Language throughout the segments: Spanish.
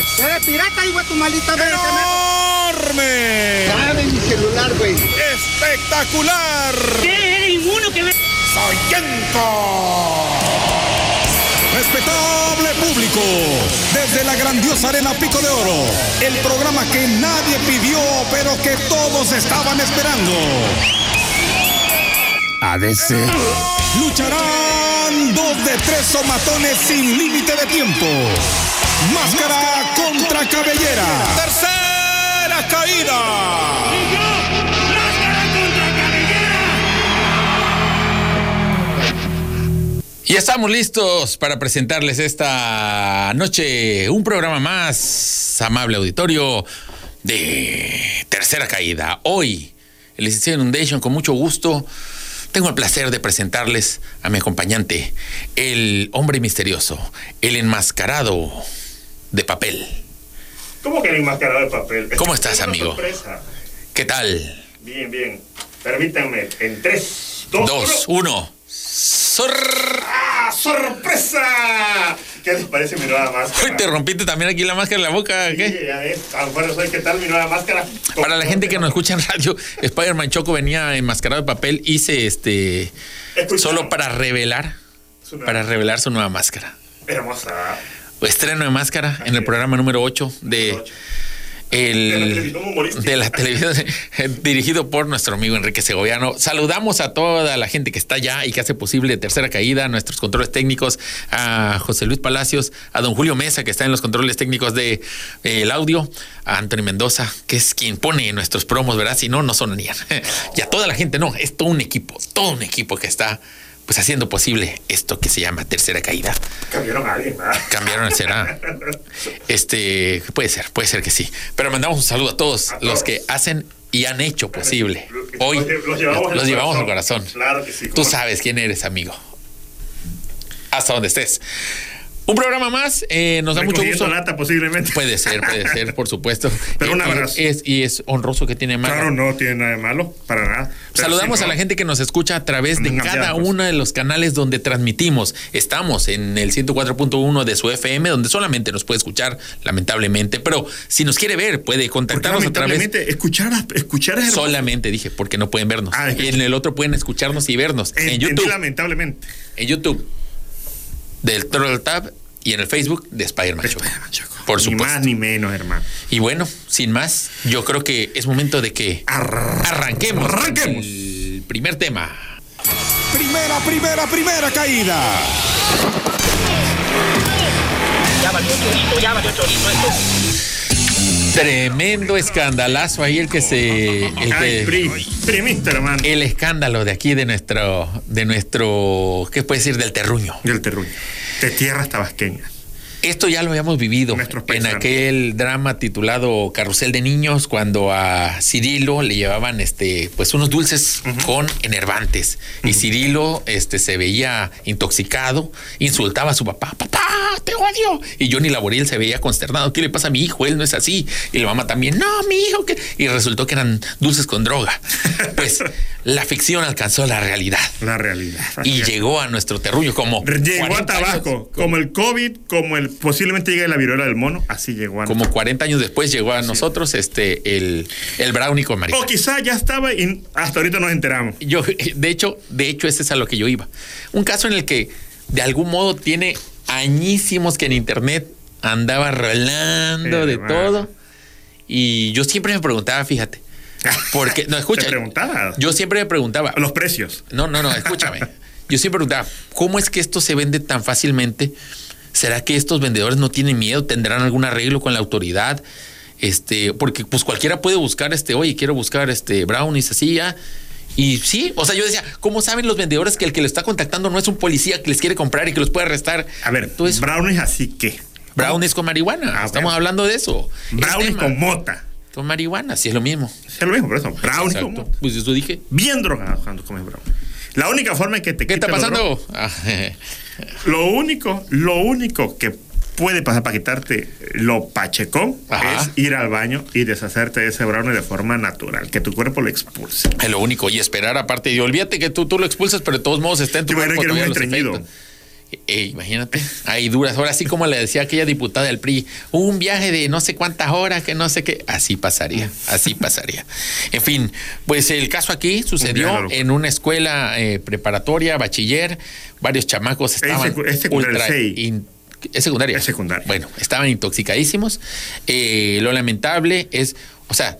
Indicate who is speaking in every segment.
Speaker 1: ¡Eres pirata, hijo de tu maldita
Speaker 2: ¡Enorme!
Speaker 1: ¡Dame mi celular, güey!
Speaker 2: ¡Espectacular!
Speaker 3: ¿Qué? ¿Eres inmuno que me...
Speaker 2: ¡Soyento! Respetable público, desde la grandiosa Arena Pico de Oro, el programa que nadie pidió, pero que todos estaban esperando.
Speaker 4: ADC.
Speaker 2: Lucharán dos de tres somatones sin límite de tiempo. Máscara contra cabellera. Tercera caída.
Speaker 3: ¡Y yo! ¡Máscara contra cabellera!
Speaker 5: Y estamos listos para presentarles esta noche un programa más, amable auditorio, de Tercera Caída. Hoy, el licenciado Inundation, con mucho gusto, tengo el placer de presentarles a mi acompañante, el hombre misterioso, el enmascarado de papel.
Speaker 6: ¿Cómo que le enmascarado el papel?
Speaker 5: ¿Cómo estás,
Speaker 6: Una
Speaker 5: amigo?
Speaker 6: sorpresa.
Speaker 5: ¿Qué tal?
Speaker 6: Bien, bien. Permítanme, en 3, 2,
Speaker 5: Dos, Uh. uno. Zorr.
Speaker 6: ¡Ah, sorpresa! ¿Qué les parece mi nueva máscara?
Speaker 5: Uy, Te rompiste también aquí la máscara en la boca, ¿qué?
Speaker 6: Sí, ya ves, a lo mejor soy, ¿qué tal mi nueva máscara?
Speaker 5: Para la gente que nos escucha en radio, Spider-Man Choco venía enmascarado de papel, hice este
Speaker 6: Escucharon.
Speaker 5: solo para revelar,
Speaker 6: Su nueva-
Speaker 5: para revelar su nueva máscara.
Speaker 6: Hermosa.
Speaker 5: Estreno de máscara en el programa número 8 de
Speaker 6: Ocho. De la
Speaker 5: el
Speaker 6: televisión humorística.
Speaker 5: de la televisión dirigido por nuestro amigo Enrique Segoviano. Saludamos a toda la gente que está allá y que hace posible Tercera Caída, nuestros controles técnicos, a José Luis Palacios, a don Julio Mesa, que está en los controles técnicos de eh, el audio, a Anthony Mendoza, que es quien pone nuestros promos, ¿verdad? Si no, no sonarían. y a toda la gente, no, es todo un equipo, todo un equipo que está pues haciendo posible esto que se llama Tercera Caída.
Speaker 6: Cambiaron a alguien, ¿verdad?
Speaker 5: Cambiaron el será. Este, puede ser, puede ser que sí. Pero mandamos un saludo a todos
Speaker 6: A todos.
Speaker 5: los que hacen y han hecho posible. Hoy
Speaker 6: Los- los llevamos en el
Speaker 5: los llevamos al
Speaker 6: corazón.
Speaker 5: corazón.
Speaker 6: Claro que sí,
Speaker 5: Tú
Speaker 6: cómo no.
Speaker 5: sabes quién eres, amigo. Hasta donde estés. Un programa más, eh, nos da mucho
Speaker 6: Recogiendo
Speaker 5: gusto.
Speaker 6: lata posiblemente.
Speaker 5: Puede ser, puede ser, por supuesto.
Speaker 6: Pero un
Speaker 5: Y- y
Speaker 6: abrazo.
Speaker 5: Es, y es honroso que tiene más.
Speaker 6: Claro, no tiene nada de malo, para nada. Pero
Speaker 5: Saludamos
Speaker 6: si
Speaker 5: a
Speaker 6: no, pues.
Speaker 5: la gente que nos escucha a través de
Speaker 6: Andan
Speaker 5: cada
Speaker 6: cambiados.
Speaker 5: uno de los canales donde transmitimos. Estamos en el 104.1 de su FM, donde solamente nos puede escuchar, lamentablemente. Pero si nos quiere ver, puede
Speaker 6: Porque
Speaker 5: contactarnos a través.
Speaker 6: lamentablemente, escuchar, a- escuchar es hermoso.
Speaker 5: Solamente dije, porque no pueden vernos.
Speaker 6: Ah, es que-
Speaker 5: y en el otro pueden escucharnos y vernos. En,
Speaker 6: Entendí
Speaker 5: YouTube.
Speaker 6: lamentablemente.
Speaker 5: En YouTube. Del Troll Tab y en el Facebook de Spider-Man Choco. Por
Speaker 6: ni
Speaker 5: supuesto.
Speaker 6: más ni menos, hermano.
Speaker 5: Y bueno, sin más, yo creo que es momento de que arranquemos.
Speaker 6: Ah, pues, Arranquemos.
Speaker 5: El primer tema.
Speaker 2: Primera, primera, primera caída.
Speaker 5: Tremendo escandalazo ahí el que se. el
Speaker 6: Ay,
Speaker 5: que-
Speaker 6: pri, primista, hermano.
Speaker 5: el escándalo de aquí de nuestro. de nuestro. ¿qué puede decir? del terruño.
Speaker 6: Del terruño. De tierras tabasqueñas.
Speaker 5: Esto ya lo habíamos vivido
Speaker 6: Nuestros
Speaker 5: en
Speaker 6: paisanos.
Speaker 5: aquel drama titulado Carrusel de Niños, cuando a Cirilo le llevaban este, pues unos dulces con enervantes. Y Cirilo este, se veía intoxicado, insultaba a su papá, papá, te odio. Y Johnny Laboriel se veía consternado, ¿qué le pasa a mi hijo? Él no es así. Y la mamá también, no, mi hijo. que-". Y resultó que eran dulces con droga. Pues la ficción alcanzó la realidad.
Speaker 6: La realidad.
Speaker 5: Y llegó a nuestro terruño como...
Speaker 6: Llegó a
Speaker 5: 40 años-
Speaker 6: Tabasco, como el COVID, como el posiblemente llegue la viruela del mono, así llegó a
Speaker 5: como 40 años después llegó a nosotros este el, el brownie con
Speaker 6: O
Speaker 5: marihuana.
Speaker 6: quizá ya estaba y hasta ahorita nos enteramos.
Speaker 5: Yo, de hecho, de hecho, ese es a lo que yo iba. Un caso en el que de algún modo tiene añísimos que en internet andaba rolando de
Speaker 6: Hermano.
Speaker 5: todo. Y yo siempre me preguntaba, fíjate, porque no escucha.
Speaker 6: ¿Te preguntabas?
Speaker 5: Yo siempre me preguntaba,
Speaker 6: Los precios.
Speaker 5: no, no, no, escúchame. Yo siempre preguntaba, ¿cómo es que esto se vende tan fácilmente? ¿Será que estos vendedores no tienen miedo? ¿Tendrán algún arreglo con la autoridad? Este, porque pues cualquiera puede buscar este, oye, quiero buscar este brownies así ya. Y sí, o sea, yo decía, ¿cómo saben los vendedores que el que lo está contactando no es un policía que les quiere comprar y que los puede arrestar?
Speaker 6: A ver,
Speaker 5: Todo eso.
Speaker 6: brownies así que.
Speaker 5: brownies con marihuana.
Speaker 6: Ah,
Speaker 5: Estamos
Speaker 6: bueno.
Speaker 5: hablando de eso. El
Speaker 6: Brownies
Speaker 5: tema.
Speaker 6: con mota.
Speaker 5: con marihuana, sí es lo mismo.
Speaker 6: Es lo mismo, por eso. Brownies
Speaker 5: Exacto.
Speaker 6: con mota.
Speaker 5: Pues eso dije.
Speaker 6: Bien drogado cuando comes brownies. La única forma en que te
Speaker 5: ¿Qué está
Speaker 6: quiten los
Speaker 5: pasando? Ah,
Speaker 6: Lo único, lo único que puede pasar para quitarte lo pachecón
Speaker 5: Ajá.
Speaker 6: es ir al baño y deshacerte de ese brownie de forma natural, que tu cuerpo lo expulse.
Speaker 5: Es lo único. Y esperar aparte. Y olvídate que tú, tú lo expulsas, pero de todos modos está en tu
Speaker 6: Yo me
Speaker 5: cuerpo
Speaker 6: creo que era
Speaker 5: todavía
Speaker 6: muy
Speaker 5: los
Speaker 6: estreñido.
Speaker 5: efectos. Eh, imagínate, ahí duras horas, así como le decía aquella diputada del PRI, un viaje de no sé cuántas horas, que no sé qué, así pasaría, así pasaría. En fin, pues el caso aquí
Speaker 6: viaje
Speaker 5: sucedió
Speaker 6: a la
Speaker 5: en una escuela eh, preparatoria, bachiller, varios chamacos estaban
Speaker 6: secu- es secundaria,
Speaker 5: ultra
Speaker 6: sí.
Speaker 5: in- es secundaria.
Speaker 6: Es secundaria.
Speaker 5: Bueno, estaban intoxicadísimos. Eh, lo lamentable es, o sea,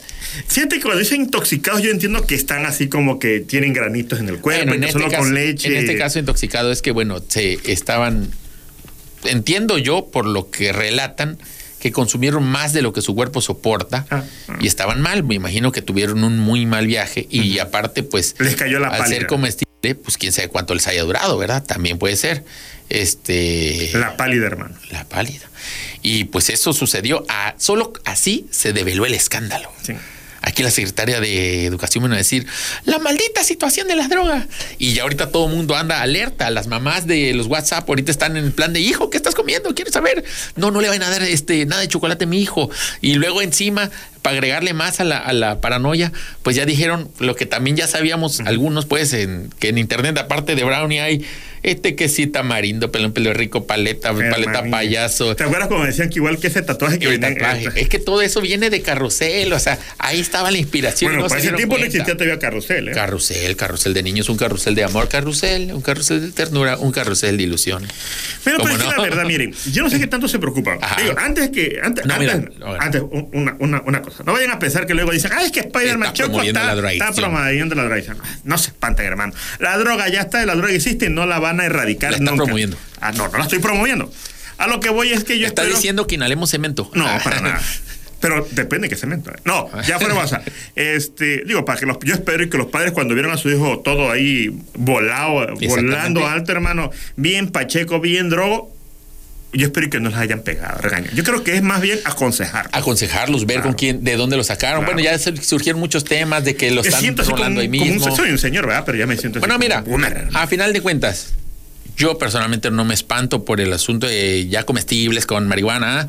Speaker 6: Siente que cuando dicen intoxicados, yo entiendo que están así como que tienen granitos en el cuerpo,
Speaker 5: Bueno,
Speaker 6: y que solo con leche.
Speaker 5: en este caso intoxicado es que, bueno, se estaban, entiendo yo por lo que relatan, que consumieron más de lo que su cuerpo soporta
Speaker 6: Ah,
Speaker 5: y estaban mal. Me imagino que tuvieron un muy mal viaje y aparte, pues,
Speaker 6: Les cayó la
Speaker 5: al
Speaker 6: pálida.
Speaker 5: ser comestible, pues quién sabe cuánto les haya durado, ¿verdad? También puede ser. Este.
Speaker 6: La pálida, hermano.
Speaker 5: La pálida. Y pues eso sucedió. A, solo así se develó el escándalo.
Speaker 6: Sí.
Speaker 5: Aquí la secretaria de Educación vino a decir, la maldita situación de las drogas. Y ya ahorita todo el mundo anda alerta. Las mamás de los WhatsApp ahorita están en el plan de, hijo, ¿qué estás comiendo? Quiero saber. No, no le van a dar este, nada de chocolate a mi hijo. Y luego encima, para agregarle más a la, a la paranoia, pues ya dijeron lo que también ya sabíamos algunos, pues, en, que en internet, aparte de Brownie, hay este que sí, tamarindo, pelón, pelo rico, paleta, paleta
Speaker 6: Hermanillo.
Speaker 5: payaso.
Speaker 6: ¿Te acuerdas cuando decían que igual que ese tatuaje que
Speaker 5: El
Speaker 6: venía-
Speaker 5: tatuaje. eh, Es que todo eso viene de carrusel, o sea, ahí estaba la inspiración.
Speaker 6: Bueno,
Speaker 5: no se
Speaker 6: para ese
Speaker 5: dieron
Speaker 6: tiempo no
Speaker 5: cuenta.
Speaker 6: existía todavía carrusel, ¿eh?
Speaker 5: Carrusel, carrusel de niños, un carrusel de amor, carrusel, un carrusel de ternura, un carrusel de ilusión.
Speaker 6: Pero,
Speaker 5: ¿Cómo
Speaker 6: pero es que
Speaker 5: no?
Speaker 6: la verdad, miren, yo no sé qué tanto se preocupan.
Speaker 5: Ajá.
Speaker 6: Digo, antes que. Antes,
Speaker 5: No, mira,
Speaker 6: antes,
Speaker 5: a ver.
Speaker 6: antes, un- una, una, una cosa. No vayan a pensar que luego dicen, ah, es que Spider-Man
Speaker 5: Está
Speaker 6: Choco
Speaker 5: promoviendo
Speaker 6: está,
Speaker 5: la drogadicción.
Speaker 6: está promoviendo la drogadicción. No se espanten, hermano. La droga ya está, la droga existe, no la van a erradicar
Speaker 5: La está
Speaker 6: nunca.
Speaker 5: promoviendo.
Speaker 6: Ah, no, no la estoy promoviendo. A lo que voy es que yo
Speaker 5: Está
Speaker 6: espero-
Speaker 5: diciendo que inhalemos cemento.
Speaker 6: No,
Speaker 5: Ah.
Speaker 6: para nada. Pero depende de qué cemento. No, ya fuera WhatsApp. Este, digo, para que los, yo espero que los padres cuando vieron a su hijo todo ahí volado, volando alto, hermano, bien pacheco, bien drogo, yo espero que no les hayan pegado, regaño. Yo creo que es más bien aconsejar.
Speaker 5: Ah, Aconsejarlos, ver con quién, de dónde lo sacaron.
Speaker 6: Claro.
Speaker 5: Bueno, ya sur- surgieron muchos temas de que lo
Speaker 6: Yo
Speaker 5: están
Speaker 6: siento así como,
Speaker 5: rolando ahí
Speaker 6: un- como un-
Speaker 5: mismo.
Speaker 6: soy un señor, ¿verdad? Pero ya me siento así
Speaker 5: Bueno,
Speaker 6: como
Speaker 5: mira,
Speaker 6: un boomer.
Speaker 5: a final de cuentas, yo personalmente no me espanto por el asunto de ya comestibles con marihuana,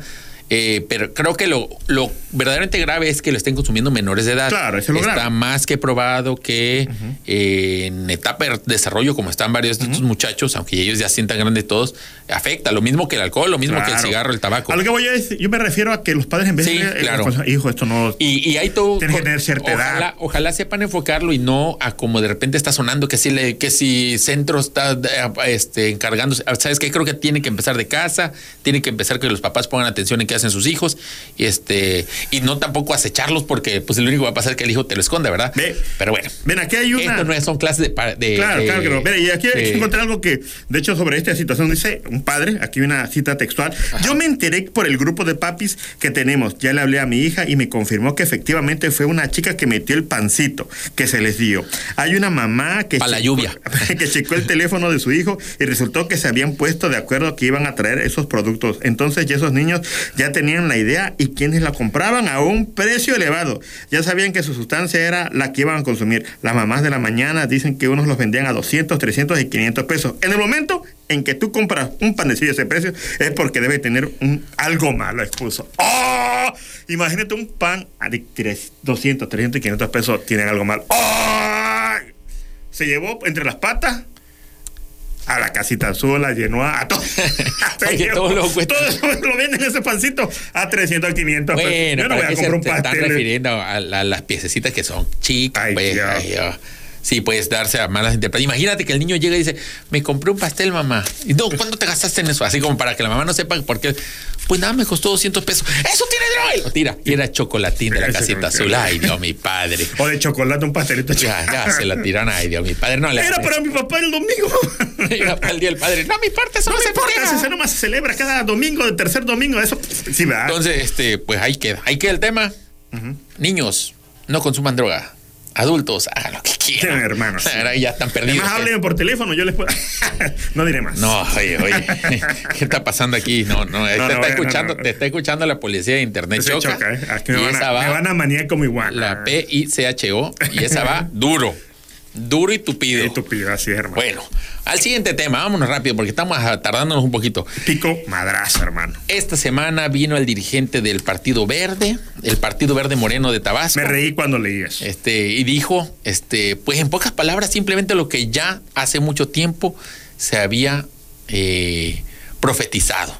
Speaker 5: eh, pero creo que lo, lo verdaderamente grave es que lo estén consumiendo menores de edad.
Speaker 6: Claro, eso es lo
Speaker 5: Está
Speaker 6: grave.
Speaker 5: más que probado que eh, en etapa de desarrollo, como están varios de estos muchachos, aunque ellos ya sientan grandes todos, afecta lo mismo que el alcohol, lo mismo que el
Speaker 6: Claro.
Speaker 5: cigarro, el tabaco.
Speaker 6: A lo que voy a decir, yo me refiero a que los padres en vez
Speaker 5: Sí,
Speaker 6: de eh,
Speaker 5: claro.
Speaker 6: aconsejar, hijo, esto no
Speaker 5: Y, y hay todo.
Speaker 6: Tienes que tener cierta edad.
Speaker 5: ojalá, Ojalá sepan enfocarlo y no a como de repente está sonando que si, le, que si centro está eh, este, encargándose. Ah, ¿Sabes qué? Creo que tiene que empezar de casa, tiene que empezar que los papás pongan atención en qué hacen sus hijos y, este, y no tampoco acecharlos porque pues lo único que va a pasar es que el hijo te lo esconda, ¿verdad?
Speaker 6: Ve.
Speaker 5: Pero bueno.
Speaker 6: Ven, aquí hay una.
Speaker 5: Esto no es- son clases de, pa- de-
Speaker 6: Claro,
Speaker 5: de-
Speaker 6: claro que no. Mira, y aquí
Speaker 5: de-
Speaker 6: encontré algo que, de hecho, sobre esta situación dice un padre, aquí una cita textual. Yo me enteré por el grupo de papis que tenemos. Ya le hablé a mi hija y me confirmó que efectivamente fue una chica que metió el pancito que se les dio. Hay una mamá que.
Speaker 5: Pa' la
Speaker 6: checó-
Speaker 5: lluvia.
Speaker 6: que checó el teléfono de su hijo y resultó que se habían puesto de acuerdo que iban a traer esos productos. Entonces ya esos niños ya tenían la idea y quienes la compraban a un precio elevado. Ya sabían que su sustancia era la que iban a consumir. Las mamás de la mañana dicen que unos los vendían a 200, 300 y 500 pesos. En el momento en que tú compras un panecillo a ese precio es porque debe tener un, algo malo, expuso. ¡Oh! Imagínate un pan a de tres- 200, 300 y 500 pesos tienen algo malo. ¡Oh! ¡Ay! se llevó entre las patas a la casita sola, llenó a, a todo. Se
Speaker 5: Porque
Speaker 6: llevó-
Speaker 5: todo lo cuesta.
Speaker 6: todo lo venden ese pancito a 300, a 500 pesos.
Speaker 5: Bueno,
Speaker 6: Yo no voy
Speaker 5: para que
Speaker 6: a
Speaker 5: se
Speaker 6: comprar un
Speaker 5: te están
Speaker 6: pastel.
Speaker 5: refiriendo a, la- a las piececitas que son chicas.
Speaker 6: Ay,
Speaker 5: pues,
Speaker 6: Dios.
Speaker 5: ay, Dios. Sí, puedes darse a malas interpretaciones. Imagínate que el niño llega y dice, me compré un pastel, mamá. Y no, ¿cuánto te gastaste en eso? Así como para que la mamá no sepa por qué. Pues nada, me costó 200 pesos. ¡Eso tiene droga! Y lo tira. Y era chocolatín de la
Speaker 6: Ese
Speaker 5: casita
Speaker 6: con-
Speaker 5: azul. Ay, Dios, mi padre.
Speaker 6: O de chocolate, un pastelito.
Speaker 5: Ya, ya se la tiran. Ay, Dios, mi padre. No le
Speaker 6: Era
Speaker 5: hagan
Speaker 6: para mi papá el domingo.
Speaker 5: eso. Era para el día del padre. No me importa, eso no,
Speaker 6: No me
Speaker 5: se
Speaker 6: importa,
Speaker 5: entrega.
Speaker 6: ese nomás se celebra cada domingo, el tercer domingo, eso. Sí, ¿verdad?
Speaker 5: Entonces, este, pues ahí queda. Ahí queda el tema. Niños, no consuman droga. Adultos, hagan lo que quieran.
Speaker 6: Tienen hermanos.
Speaker 5: Ahora ya están perdidos.
Speaker 6: Además, háblenme por teléfono, yo les puedo. no diré más.
Speaker 5: eh, No, oye, oye. ¿Qué está pasando aquí? No, no, te, está
Speaker 6: no, no,
Speaker 5: escuchando,
Speaker 6: no, no.
Speaker 5: te está escuchando la policía de internet.
Speaker 6: Se
Speaker 5: choca.
Speaker 6: choca, ¿eh? Aquí me,
Speaker 5: Y
Speaker 6: van
Speaker 5: esa
Speaker 6: a,
Speaker 5: va,
Speaker 6: me van a maniar como igual.
Speaker 5: la P-I-C-H-O, y esa va duro. Duro y tupido.
Speaker 6: Estúpido, así es, hermano.
Speaker 5: Bueno, al siguiente tema, vámonos rápido porque estamos ah, tardándonos un poquito.
Speaker 6: Pico madrazo, hermano.
Speaker 5: Esta semana vino el dirigente del Partido Verde, el Partido Verde Moreno de Tabasco.
Speaker 6: Me reí cuando leí eso.
Speaker 5: este, y dijo, este, pues en pocas palabras, simplemente lo que ya hace mucho tiempo se había eh, profetizado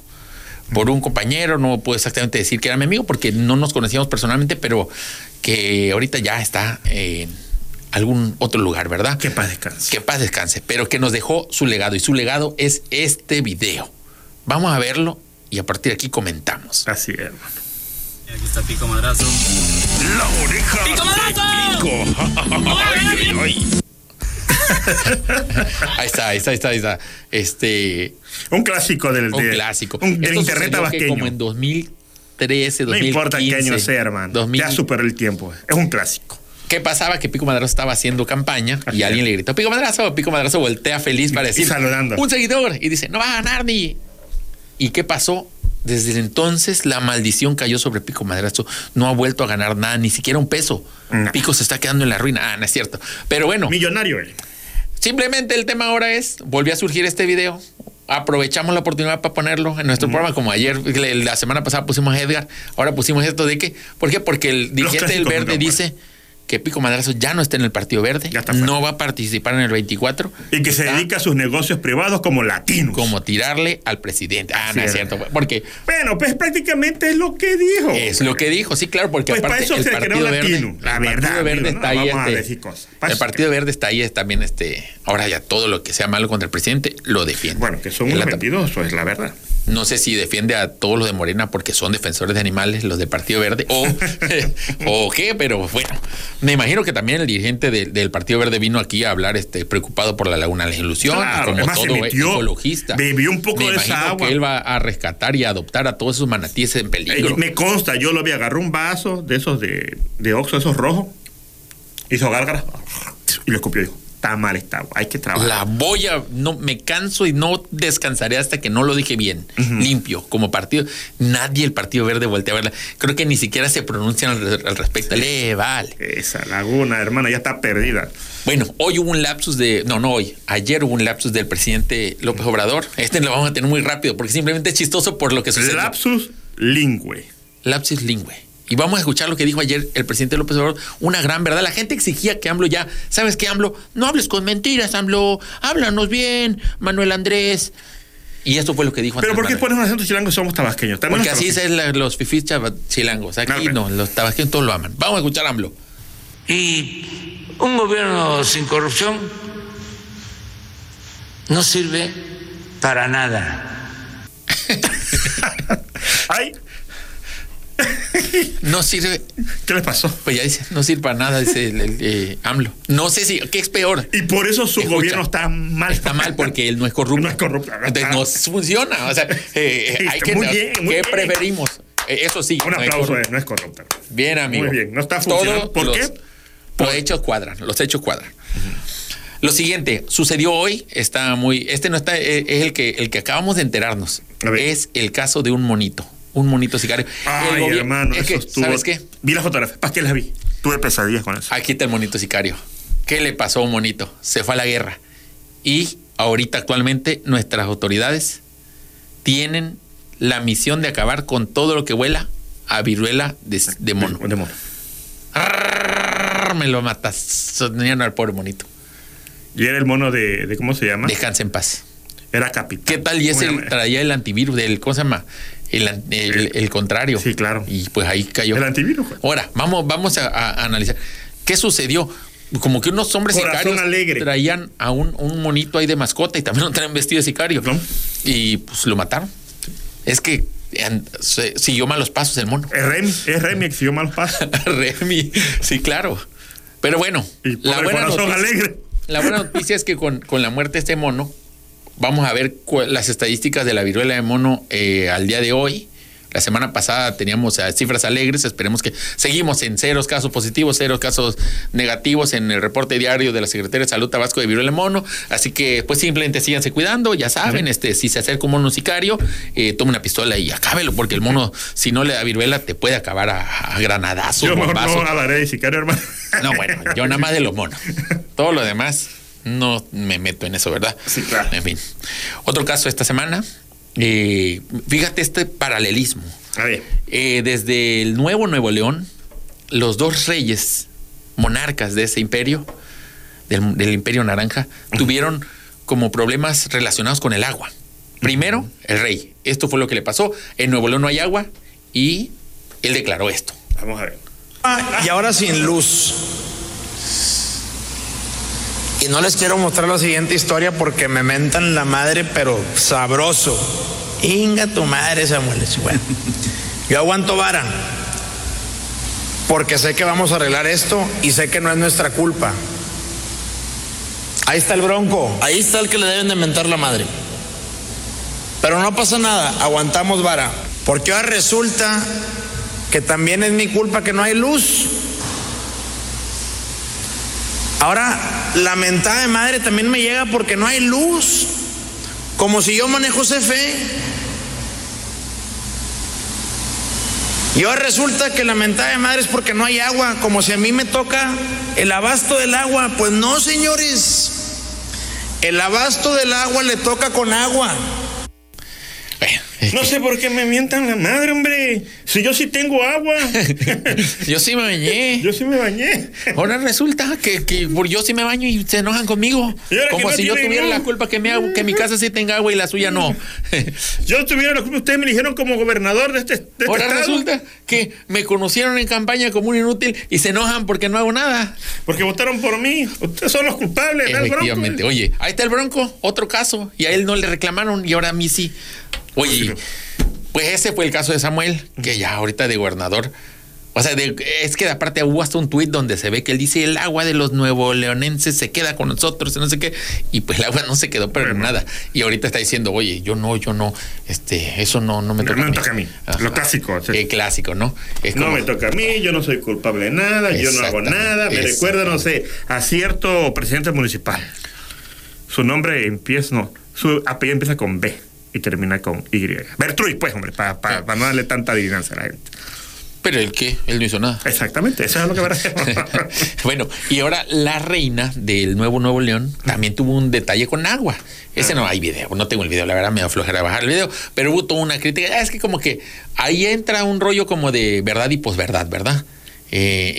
Speaker 5: por un compañero, no puedo exactamente decir que era mi amigo porque no nos conocíamos personalmente, pero que ahorita ya está en algún otro lugar, ¿verdad?
Speaker 6: Que paz descanse.
Speaker 5: Que paz descanse, pero que nos dejó su legado y su legado es este video. Vamos a verlo y a partir de aquí comentamos.
Speaker 6: Así es, hermano.
Speaker 4: Aquí está Pico Madrazo.
Speaker 3: La oreja.
Speaker 4: ¡Pico Madrazo!
Speaker 3: Ay, ay, ay.
Speaker 5: Ahí está, ahí está, ahí está, ahí está. Este,
Speaker 6: Un clásico del,
Speaker 5: un
Speaker 6: de-
Speaker 5: clásico.
Speaker 6: un- del
Speaker 5: Esto
Speaker 6: internet
Speaker 5: sucedió que
Speaker 6: tabasqueño.
Speaker 5: Como en 2013, 2015.
Speaker 6: No importa qué año sea, hermano.
Speaker 5: 2000.
Speaker 6: Ya superó el tiempo. Es un clásico.
Speaker 5: ¿Qué pasaba? Que Pico Madrazo estaba haciendo campaña
Speaker 6: Así
Speaker 5: y
Speaker 6: es.
Speaker 5: alguien le gritó, Pico Madrazo, Pico Madrazo voltea feliz para
Speaker 6: Y
Speaker 5: decir,
Speaker 6: saludando.
Speaker 5: un seguidor, y dice, no va a ganar ni... ¿Y qué pasó? Desde entonces la maldición cayó sobre Pico Madrazo, no ha vuelto a ganar nada, ni siquiera un peso.
Speaker 6: No.
Speaker 5: Pico se está quedando en la ruina, ah, no es cierto. Pero bueno,
Speaker 6: Millonario él.
Speaker 5: Simplemente el tema ahora es, volvió a surgir este video. Aprovechamos la oportunidad para ponerlo en nuestro programa, como ayer, le- la semana pasada pusimos a Edgar, ahora pusimos esto de que, ¿por qué? Porque el dirigente del
Speaker 6: clásicos
Speaker 5: verde
Speaker 6: nunca
Speaker 5: dice que Pico Madrazo ya no está en el Partido Verde,
Speaker 6: Ya está fuera.
Speaker 5: no va a participar en el 24,
Speaker 6: Y que se
Speaker 5: Está
Speaker 6: dedica a sus negocios privados como latinos.
Speaker 5: Ah. como tirarle al presidente. Ah,
Speaker 6: Así
Speaker 5: no es
Speaker 6: es.
Speaker 5: cierto, porque
Speaker 6: Bueno, pues prácticamente es lo que dijo.
Speaker 5: es lo que dijo, sí, claro, porque
Speaker 6: Pues para
Speaker 5: aparte
Speaker 6: eso
Speaker 5: el
Speaker 6: se creó
Speaker 5: Partido Verde,
Speaker 6: Latino, la
Speaker 5: el
Speaker 6: verdad,
Speaker 5: Partido Verde
Speaker 6: amigo,
Speaker 5: está
Speaker 6: ¿no?
Speaker 5: ahí,
Speaker 6: Vamos a
Speaker 5: este,
Speaker 6: decir cosas. Pasa.
Speaker 5: el Partido Verde está ahí, es también este, ahora ya todo lo que sea malo contra el presidente lo defiende.
Speaker 6: Bueno, que son
Speaker 5: Es
Speaker 6: unos
Speaker 5: la-
Speaker 6: mentirosos, es la verdad.
Speaker 5: No sé si defiende a todos los de Morena porque son defensores de animales, los del Partido Verde, o, o qué, pero bueno, me imagino que también el dirigente de- del Partido Verde vino aquí a hablar este, preocupado por la laguna de la ilusión,
Speaker 6: Claro,
Speaker 5: como
Speaker 6: además se
Speaker 5: todo e
Speaker 6: metió,
Speaker 5: ecologista.
Speaker 6: bebió un poco
Speaker 5: me
Speaker 6: de esa
Speaker 5: imagino
Speaker 6: agua.
Speaker 5: que él va a rescatar y a adoptar a todos esos manatíes en
Speaker 6: Eh,
Speaker 5: peligro.
Speaker 6: me consta, yo lo vi, agarró un vaso de esos de, de Oxxo, esos rojos, hizo gárgaras y lo escupió. Dijo, está mal esta agua, hay que trabajar.
Speaker 5: La boya, no, me canso y no descansaré hasta que no lo dije bien, limpio, como partido. Nadie el Partido Verde voltea a verla. Creo que ni siquiera se pronuncian al, al respecto. Le vale.
Speaker 6: Esa laguna, hermana, ya está perdida.
Speaker 5: Bueno, hoy hubo un lapsus de. No, no hoy. Ayer hubo un lapsus del presidente López Obrador. Este lo vamos a tener muy rápido porque simplemente es chistoso por lo que sucedió.
Speaker 6: Lapsus lingüe.
Speaker 5: Lapsus lingüe. Y vamos a escuchar lo que dijo ayer el presidente López Obrador. Una gran verdad. La gente exigía que AMLO ya. ¿Sabes qué, AMLO? No hables con mentiras, AMLO. Háblanos bien, Manuel Andrés. Y esto fue lo que dijo
Speaker 6: Pero
Speaker 5: Andrés
Speaker 6: ¿por qué
Speaker 5: Manuel.
Speaker 6: pones un acento chilango si somos tabasqueños? También
Speaker 5: Porque
Speaker 6: los
Speaker 5: así
Speaker 6: tabasqueños.
Speaker 5: es la- los fifís chava- chilangos. Aquí
Speaker 6: Claro.
Speaker 5: no, los tabasqueños todos lo aman. Vamos a escuchar a AMLO.
Speaker 7: Y un gobierno sin corrupción no sirve para nada.
Speaker 6: Ay,
Speaker 5: No sirve.
Speaker 6: ¿qué les pasó?
Speaker 5: Pues ya dice, no sirve para nada, dice el, el, eh, AMLO. No sé si, ¿qué es peor?
Speaker 6: Y por eso su
Speaker 5: Escucha,
Speaker 6: gobierno está mal.
Speaker 5: Está mal porque él no es corrupto.
Speaker 6: No es corrupto.
Speaker 5: Entonces no funciona. O sea, eh,
Speaker 6: Sí,
Speaker 5: hay que.
Speaker 6: muy bien, muy
Speaker 5: ¿Qué
Speaker 6: bien.
Speaker 5: preferimos? Eh, Eso sí.
Speaker 6: Un
Speaker 5: no es
Speaker 6: aplauso,
Speaker 5: corrupto.
Speaker 6: eh, no es corrupto.
Speaker 5: Bien, amigo.
Speaker 6: Muy bien, no está funcionando.
Speaker 5: Todos
Speaker 6: ¿Por
Speaker 5: los-
Speaker 6: qué?
Speaker 5: Los hechos cuadran, los hechos cuadran. Lo siguiente, sucedió hoy, está muy. Este no está, eh, es el que, el que acabamos de enterarnos.
Speaker 6: A ver.
Speaker 5: Es el caso de un monito, un monito sicario. El
Speaker 6: Ay,
Speaker 5: gobier-
Speaker 6: hermano,
Speaker 5: es
Speaker 6: eso
Speaker 5: que,
Speaker 6: estuvo-
Speaker 5: ¿Sabes qué?
Speaker 6: Vi las fotografías, ¿para qué las vi? Tuve pesadillas con eso.
Speaker 5: Aquí está el monito sicario. ¿Qué le pasó a un monito? Se fue a la guerra. Y ahorita actualmente nuestras autoridades tienen la misión de acabar con todo lo que vuela a viruela de, de mono.
Speaker 6: De mono.
Speaker 5: Arr, Me lo matas. Sonían al pobre monito.
Speaker 6: Y era el mono de, de- ¿cómo se llama?
Speaker 5: Descansa en paz.
Speaker 6: Era capitán.
Speaker 5: ¿Qué tal? Y
Speaker 6: ¿Cómo
Speaker 5: ese
Speaker 6: llama?
Speaker 5: traía el antivirus, del, ¿cómo se llama? El, an- el- el contrario.
Speaker 6: Sí, claro.
Speaker 5: Y pues ahí cayó.
Speaker 6: El antivirus, pues.
Speaker 5: Ahora, vamos, vamos a, a analizar. ¿Qué sucedió? Como que unos hombres
Speaker 6: Corazón
Speaker 5: sicarios
Speaker 6: alegre.
Speaker 5: traían a un, un monito ahí de mascota y también lo traen vestido de sicario.
Speaker 6: No.
Speaker 5: Y pues lo mataron. Es que and- se- siguió malos pasos el mono.
Speaker 6: Es Remy, es Remy que siguió malos pasos.
Speaker 5: Remy, sí, claro. Pero bueno,
Speaker 6: Y
Speaker 5: la
Speaker 6: pobre
Speaker 5: buena,
Speaker 6: corazón
Speaker 5: noticia,
Speaker 6: alegre.
Speaker 5: la buena noticia es que con, con la muerte de este mono, vamos a ver cu- las estadísticas de la viruela de mono eh, al día de hoy. La semana pasada teníamos eh, cifras alegres, esperemos que seguimos en ceros casos positivos, ceros casos negativos en el reporte diario de la Secretaría de Salud Tabasco de Viruela de Mono. Así que pues simplemente síganse cuidando, ya saben, este, si se acerca un mono sicario, eh, tome una pistola y acábelo, porque el mono, si no le da viruela, te puede acabar a, a granadazos,
Speaker 6: Yo mejor
Speaker 5: bombazos.
Speaker 6: no hablaré de sicario, hermano.
Speaker 5: No, bueno, yo nada más de los monos. Todo lo demás no me meto en eso, ¿verdad?
Speaker 6: Sí, claro.
Speaker 5: En fin. Otro caso esta semana. eh, fíjate este paralelismo.
Speaker 6: A ver,
Speaker 5: Eh, desde el nuevo Nuevo León, los dos reyes monarcas de ese imperio, del, del imperio naranja, tuvieron como problemas relacionados con el agua. Primero, el rey. Esto fue lo que le pasó. En Nuevo León no hay agua y él declaró esto.
Speaker 6: Vamos a ver.
Speaker 8: y ahora sin luz. Y no les quiero mostrar la siguiente historia porque me mentan la madre, pero sabroso. Inga tu madre, Samuel. Bueno, yo aguanto vara. Porque sé que vamos a arreglar esto y sé que no es nuestra culpa. Ahí está el bronco. Ahí está el que le deben de mentar la madre. Pero no pasa nada, aguantamos vara. Porque ahora resulta que también es mi culpa que no hay luz. Ahora, la mentada de madre también me llega porque no hay luz. Como si yo manejo CFE. Y ahora resulta que la mentada de madre es porque no hay agua, como si a mí me toca el abasto del agua. Pues no, señores. El abasto del agua le toca con agua.
Speaker 5: Bueno, es
Speaker 6: No sé por qué me mientan la madre, hombre. Si yo sí tengo agua.
Speaker 5: que yo sí me bañé.
Speaker 6: yo sí me bañé.
Speaker 5: Ahora resulta que, que por yo sí me baño y se enojan conmigo.
Speaker 6: Y ahora que
Speaker 5: Como
Speaker 6: no
Speaker 5: si yo
Speaker 6: tienen
Speaker 5: tuviera
Speaker 6: luz.
Speaker 5: la culpa que, me, hago- que mi casa sí tenga agua y la suya no.
Speaker 6: Yo tuviera la culpa. Ustedes me eligieron como gobernador de este, de este
Speaker 5: Ahora
Speaker 6: estado.
Speaker 5: resulta que me conocieron en campaña como un inútil y se enojan porque no hago nada.
Speaker 6: Porque votaron por mí. Ustedes son los culpables. ¿verdad, bronco?
Speaker 5: Efectivamente. Oye, ahí está el Bronco, otro caso, y a él no le reclamaron y ahora a mí sí. Oye, pues ese fue el caso de Samuel, que ya ahorita de gobernador. O sea, de- es que aparte hubo hasta un tuit donde se ve que él dice el agua de los nuevo leonenses se queda con nosotros, no sé qué, y pues el agua no se quedó pero en nada. Y ahorita está diciendo, oye, yo no, yo no, este, eso no, no me
Speaker 6: No,
Speaker 5: toca.
Speaker 6: no toca a mí. Lo clásico, sí.
Speaker 5: El clásico, ¿no? Es
Speaker 6: No
Speaker 5: como-
Speaker 6: me toca a mí, yo no soy culpable de nada, yo no hago
Speaker 5: Exactamente,
Speaker 6: nada. Me recuerda, no sé, a cierto presidente municipal. Su nombre empieza, no, su apellido empieza con B y termina con Y. Bertruy, pues, hombre, para
Speaker 5: Sí.
Speaker 6: no darle tanta adivinanza a la gente.
Speaker 5: Pero el que, él no hizo nada.
Speaker 6: Exactamente, eso es lo que me refiero.
Speaker 5: bueno, y ahora la reina del nuevo Nuevo León también tuvo un detalle con agua. Ese no hay video, no tengo el video, la verdad me da flojera bajar el video, pero hubo toda una crítica. Ah, Es que como que ahí entra un rollo como de verdad y posverdad, ¿verdad? Eh,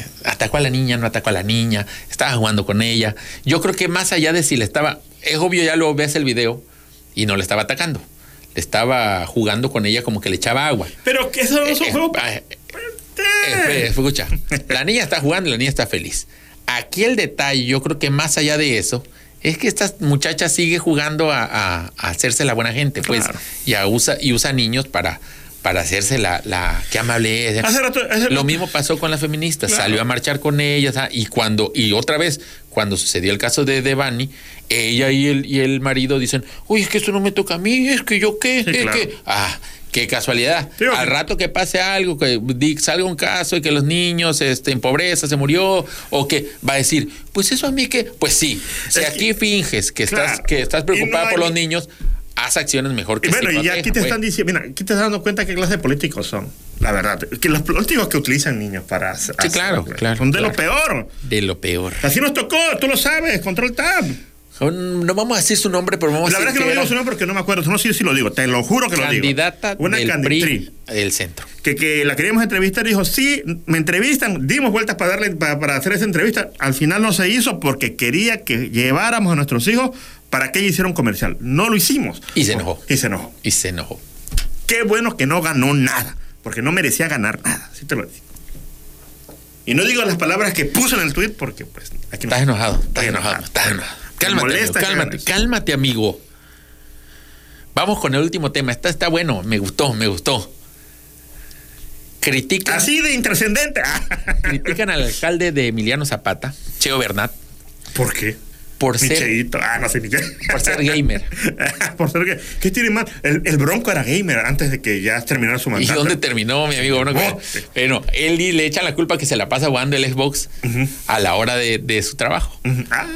Speaker 5: eh, atacó a la niña, no atacó a la niña, estaba jugando con ella. Yo creo que más allá de si le estaba, es obvio ya lo ves el video y no le estaba atacando, le estaba jugando con ella como que le echaba agua.
Speaker 6: Pero que eso no es
Speaker 5: Eh,
Speaker 6: un juego.
Speaker 5: eh,
Speaker 6: Eh,
Speaker 5: eh, Escucha, la niña está jugando y la niña está feliz. Aquí el detalle, yo creo que más allá de eso, es que esta muchacha sigue jugando a, a- a hacerse la buena gente, pues,
Speaker 6: Claro.
Speaker 5: y, a usa, y usa niños para, para hacerse la, la que amable es.
Speaker 6: Hace rato- hace
Speaker 5: Lo
Speaker 6: rato-
Speaker 5: mismo pasó con las feministas,
Speaker 6: Claro.
Speaker 5: salió a marchar con ellas, ah, y cuando, y otra vez, cuando sucedió el caso de Devani, ella y el, y el marido dicen, uy, es que esto no me toca a mí, es que yo qué,
Speaker 6: Sí,
Speaker 5: es
Speaker 6: claro.
Speaker 5: que, ah, qué casualidad.
Speaker 6: Sí, ojo.
Speaker 5: Al rato que pase algo, que di- salga un caso y que los niños este, en pobreza se murió, o que va a decir, pues eso a mí que, pues sí, si
Speaker 6: Es
Speaker 5: aquí finges que estás,
Speaker 6: claro.
Speaker 5: que estás
Speaker 6: Y no
Speaker 5: preocupada
Speaker 6: hay
Speaker 5: por los
Speaker 6: ni-
Speaker 5: niños, haz acciones mejor que
Speaker 6: Y bueno,
Speaker 5: sí,
Speaker 6: y ya aquí te
Speaker 5: protejan,
Speaker 6: están
Speaker 5: güey.
Speaker 6: diciendo, mira, aquí te estás dando cuenta qué clase de políticos son. La verdad, que los políticos que utilizan niños para hacer.
Speaker 5: Sí, claro,
Speaker 6: hacer-
Speaker 5: claro,
Speaker 6: Son de lo
Speaker 5: claro.
Speaker 6: peor.
Speaker 5: De lo peor.
Speaker 6: Así nos tocó, tú lo sabes, control tab.
Speaker 5: No vamos a decir su nombre, pero vamos
Speaker 6: la
Speaker 5: a
Speaker 6: verdad
Speaker 5: decir
Speaker 6: es que no
Speaker 5: que
Speaker 6: me digo
Speaker 5: era
Speaker 6: su nombre porque no me acuerdo. No sé si lo digo, te lo juro que lo digo.
Speaker 5: candidata
Speaker 6: Una
Speaker 5: del
Speaker 6: candid-
Speaker 5: PRI
Speaker 6: tri,
Speaker 5: del centro.
Speaker 6: Que, que la queríamos entrevistar, dijo, sí, me entrevistan, dimos vueltas para darle para, para hacer esa entrevista. Al final no se hizo porque quería que lleváramos a nuestros hijos para que ella hiciera un comercial. No lo hicimos.
Speaker 5: Y se enojó.
Speaker 6: Y se enojó.
Speaker 5: Y se enojó.
Speaker 6: Qué bueno que no ganó nada, porque no merecía ganar nada, sí te lo digo. Y no digo las palabras que puso en el tweet porque pues aquí no-
Speaker 5: Estás enojado, estás
Speaker 6: Estoy
Speaker 5: enojado, estás enojado. Cálmate,
Speaker 6: Me
Speaker 5: amigo,
Speaker 6: molesta que
Speaker 5: cálmate,
Speaker 6: ganes.
Speaker 5: cálmate, amigo. Vamos con el último tema. Está, está bueno, me gustó, me gustó. Critican,
Speaker 6: Así de intrascendente.
Speaker 5: critican al alcalde de Emiliano Zapata, Cheo Bernat,
Speaker 6: ¿Por qué?
Speaker 5: por
Speaker 6: Mi
Speaker 5: ser.
Speaker 6: Cheito. Ah, no sé ni qué.
Speaker 5: Por ser gamer.
Speaker 6: por ser gamer. ¿Qué tiene mal? El, el Bronco era gamer antes de que ya terminara su
Speaker 5: ¿Y
Speaker 6: mandato.
Speaker 5: dónde terminó, mi amigo? Bueno,
Speaker 6: Oh.
Speaker 5: bueno, él y le echa la culpa que se la pasa jugando el Xbox a la hora de, de su trabajo.
Speaker 6: Ah,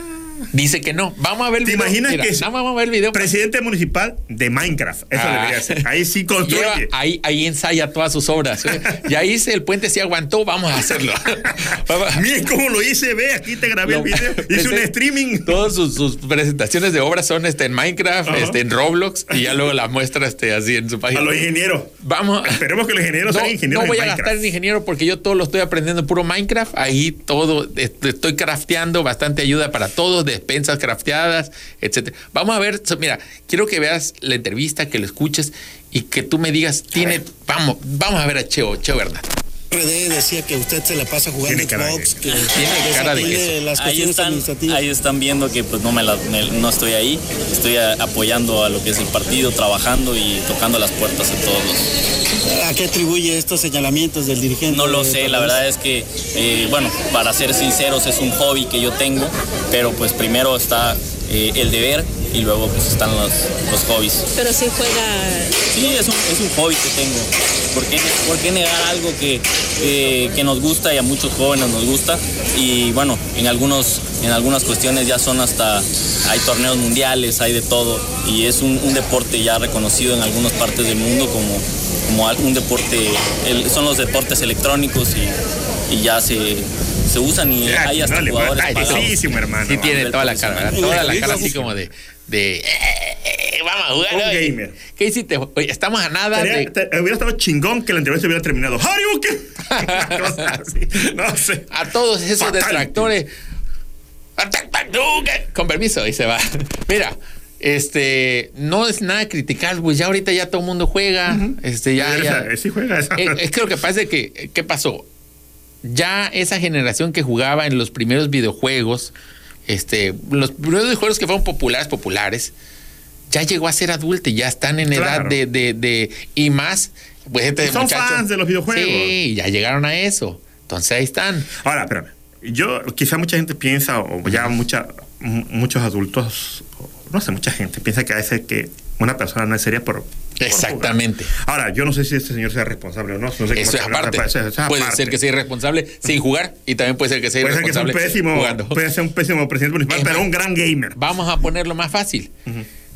Speaker 5: Dice que no. Vamos a ver el
Speaker 6: ¿Te
Speaker 5: video.
Speaker 6: imaginas
Speaker 5: Mira,
Speaker 6: que es
Speaker 5: nada más vamos a ver el video.
Speaker 6: presidente municipal de Minecraft? Eso
Speaker 5: Ah.
Speaker 6: debería ser. Ahí sí construye.
Speaker 5: Lleva- ahí, ahí ensaya todas sus obras. ¿eh? Ya hice el puente, si aguantó, vamos a hacerlo. Vamos a-
Speaker 6: Miren cómo lo hice, ve, aquí te grabé
Speaker 5: lo-
Speaker 6: el video. Hice un
Speaker 5: presenta-
Speaker 6: streaming.
Speaker 5: Todas sus, sus presentaciones de obras son este, en Minecraft,
Speaker 6: Ajá.
Speaker 5: este, en Roblox, y ya luego las muestra este, así en su
Speaker 6: A
Speaker 5: página.
Speaker 6: los ingenieros.
Speaker 5: Vamos.
Speaker 6: Esperemos que los ingenieros
Speaker 5: No,
Speaker 6: sean ingenieros
Speaker 5: no voy
Speaker 6: en
Speaker 5: a
Speaker 6: Minecraft.
Speaker 5: gastar en ingeniero porque yo todo lo estoy aprendiendo en puro Minecraft. Ahí todo, este, estoy crafteando bastante ayuda para todos despensas crafteadas, etcétera. Vamos a ver, so- mira, quiero que veas la entrevista, que lo escuches y que tú me digas, tiene, vamos, vamos a ver a Cheo, Cheo Bernat.
Speaker 9: RD decía que usted se la pasa jugando
Speaker 6: Tiene cara de-
Speaker 9: Xbox, que
Speaker 5: Tiene cara de queso.
Speaker 9: de las
Speaker 4: Ahí
Speaker 9: cuestiones
Speaker 4: están,
Speaker 9: administrativas.
Speaker 4: ahí están viendo que pues no me la- me- no estoy ahí, estoy a- apoyando a lo que es el partido, trabajando y tocando las puertas en todos los,
Speaker 9: ¿A qué atribuye estos señalamientos del dirigente?
Speaker 4: No lo
Speaker 9: de
Speaker 4: sé,
Speaker 9: Tabasco?
Speaker 4: la verdad es que, eh, bueno, para ser sinceros, es un hobby que yo tengo, pero pues primero está eh, el deber y luego pues están los, los hobbies.
Speaker 10: Pero si juega
Speaker 4: Sí, es un, es un hobby que tengo. ¿Por qué, por qué negar algo que, que- que nos gusta y a muchos jóvenes nos gusta? Y bueno, en, algunos, en algunas cuestiones ya son hasta, hay torneos mundiales, hay de todo, y es un, un deporte ya reconocido en algunas partes del mundo como, como al- un deporte, el- son los deportes electrónicos y, y ya se, se usan y
Speaker 6: Ya,
Speaker 4: hay hasta
Speaker 6: no le va a
Speaker 4: jugadores
Speaker 6: dar
Speaker 4: pagados.
Speaker 6: durísimo, hermano.
Speaker 5: Sí
Speaker 6: vamos.
Speaker 5: tiene
Speaker 4: ver
Speaker 5: toda la
Speaker 4: cómo se
Speaker 5: cara,
Speaker 4: llama.
Speaker 5: ¿verdad? toda la cara así como de, de eh, eh, vamos a jugar.
Speaker 6: Un
Speaker 5: oye.
Speaker 6: gamer.
Speaker 5: ¿Qué hiciste? Oye, estamos a nada
Speaker 6: Estaría-
Speaker 5: de...
Speaker 6: te- hubiera estado chingón que la entrevista hubiera terminado. ¡Harry Buque! Una cosa así. No sé.
Speaker 5: a todos esos
Speaker 6: Fatal.
Speaker 5: detractores. Con permiso, y se va. Mira, este, no es nada criticar, pues ya ahorita ya todo el mundo juega. Este, ya.
Speaker 6: Pero, o
Speaker 5: ya.
Speaker 6: sea, sí juega esa-
Speaker 5: Eh, es que lo que pasa es que, ¿qué pasó? Ya esa generación que jugaba en los primeros videojuegos, este, los primeros videojuegos que fueron populares, populares, ya llegó a ser adulta y ya están en edad
Speaker 6: Claro.
Speaker 5: de, de, de- y más, pues este
Speaker 6: Son
Speaker 5: muchacho-
Speaker 6: fans de los videojuegos.
Speaker 5: Sí, ya llegaron a eso. Entonces ahí están.
Speaker 6: Ahora, espérame. Yo, quizá mucha gente piensa, o ya mucha, mu- muchos adultos, o no sé, mucha gente piensa que a veces que una persona no es seria por. por
Speaker 5: Exactamente.
Speaker 6: jugar. Ahora, yo no sé si este señor sea responsable o no. no sé cómo
Speaker 5: Eso es
Speaker 6: está la
Speaker 5: aparte.
Speaker 6: cosa, pues, eso es
Speaker 5: puede
Speaker 6: aparte.
Speaker 5: ser que sea irresponsable sin jugar y también puede ser que sea
Speaker 6: Puede ser que sea un
Speaker 5: irresponsable
Speaker 6: pésimo, pues.
Speaker 5: jugando.
Speaker 6: puede ser un pésimo presidente municipal,
Speaker 5: Es
Speaker 6: pero
Speaker 5: más-
Speaker 6: un gran gamer.
Speaker 5: Vamos a ponerlo más fácil.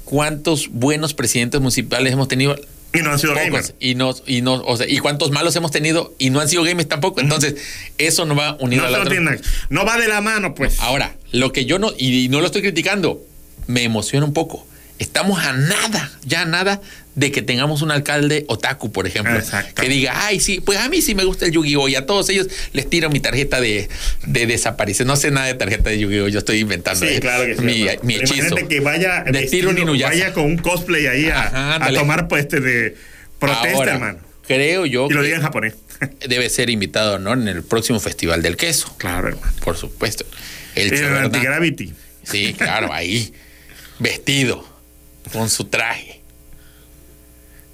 Speaker 5: ¿Cuántos buenos presidentes municipales hemos tenido?
Speaker 6: Y no han sido
Speaker 5: Pocos.
Speaker 6: gamers.
Speaker 5: Y no, y no, o sea, y cuántos malos hemos tenido y no han sido gamers tampoco. Entonces, eso no va unido a
Speaker 6: No, se
Speaker 5: la
Speaker 6: lo
Speaker 5: otra.
Speaker 6: tiene nada. no va de la mano, pues.
Speaker 5: Ahora, lo que yo no, y no lo estoy criticando, me emociona un poco. Estamos a nada, ya a nada, de que tengamos un alcalde otaku, por ejemplo.
Speaker 6: Exacto.
Speaker 5: Que diga, ay, sí, pues a mí sí me gusta el Yu-Gi-Oh! y a todos ellos les tiro mi tarjeta de, de desaparecer. No sé nada de tarjeta de Yu-Gi-Oh! Yo estoy inventando
Speaker 6: Sí,
Speaker 5: eh,
Speaker 6: claro que sí.
Speaker 5: mi,
Speaker 6: hermano.
Speaker 5: mi
Speaker 6: Pero
Speaker 5: hechizo.
Speaker 6: Imagínate que vaya,
Speaker 5: De
Speaker 6: vestido,
Speaker 5: tiro un Inuyasha.
Speaker 6: vaya con un cosplay ahí a,
Speaker 5: Ajá,
Speaker 6: a
Speaker 5: ándale.
Speaker 6: tomar pues este de protesta,
Speaker 5: Ahora,
Speaker 6: hermano.
Speaker 5: Creo yo
Speaker 6: Y lo
Speaker 5: que
Speaker 6: diga en japonés.
Speaker 5: debe ser invitado, ¿no? En el próximo Festival del Queso,
Speaker 6: Claro, hermano.
Speaker 5: por supuesto. El
Speaker 6: Y el
Speaker 5: Chaberna-
Speaker 6: antigravity.
Speaker 5: Sí, claro, ahí. Vestido. Con su traje.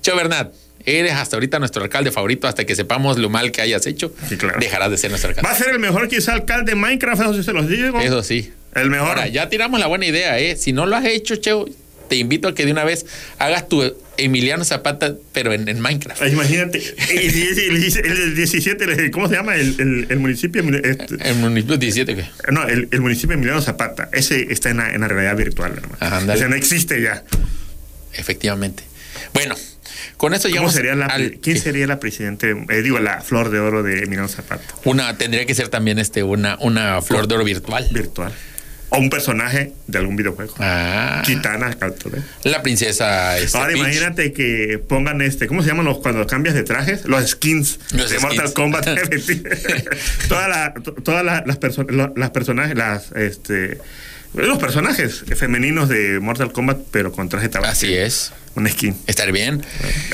Speaker 5: Cho Bernat, eres hasta ahorita nuestro alcalde favorito. Hasta que sepamos lo mal que hayas hecho,
Speaker 6: Sí, claro.
Speaker 5: dejarás de ser nuestro
Speaker 6: Va
Speaker 5: alcalde.
Speaker 6: a ser el mejor quizá alcalde de Minecraft, eso sí se los digo.
Speaker 5: Eso sí.
Speaker 6: El mejor.
Speaker 5: Ahora, ya tiramos la buena idea, ¿eh? Si no lo has hecho, Cheo, te invito a que de una vez hagas tu Emiliano Zapata, pero en, en
Speaker 6: Eh.
Speaker 5: Minecraft.
Speaker 6: Imagínate, el, dieci- el, el 17, el- ¿cómo se llama? El, el- el municipio. este,
Speaker 5: En municipio 17, ¿qué?
Speaker 6: no, el, el municipio Emiliano Zapata. Ese está en la, en la realidad virtual, hermano.
Speaker 5: Ajá, ándale.
Speaker 6: O sea, no existe ya.
Speaker 5: efectivamente. Bueno, con esto
Speaker 6: ¿Cómo
Speaker 5: llegamos
Speaker 6: sería la,
Speaker 5: al-
Speaker 6: ¿Quién
Speaker 5: ¿qué?
Speaker 6: sería la presidente? eh, digo, la flor de oro de Emiliano Zapata.
Speaker 5: Una, tendría que ser también este, una, una flor de oro virtual.
Speaker 6: virtual. O un personaje de algún videojuego.
Speaker 5: Ah.
Speaker 6: Chitana, Caltore.
Speaker 5: La princesa. este,
Speaker 6: Ahora
Speaker 5: Peach.
Speaker 6: imagínate que pongan este, ¿cómo se llaman los cuando cambias de trajes? Los skins
Speaker 5: Los
Speaker 6: de
Speaker 5: skins.
Speaker 6: Mortal Kombat. todas la- to- todas la- las personas, lo- las personajes, las este los personajes femeninos de Mortal Kombat, pero con traje tabaco.
Speaker 5: Así es.
Speaker 6: Un skin.
Speaker 5: Estar bien.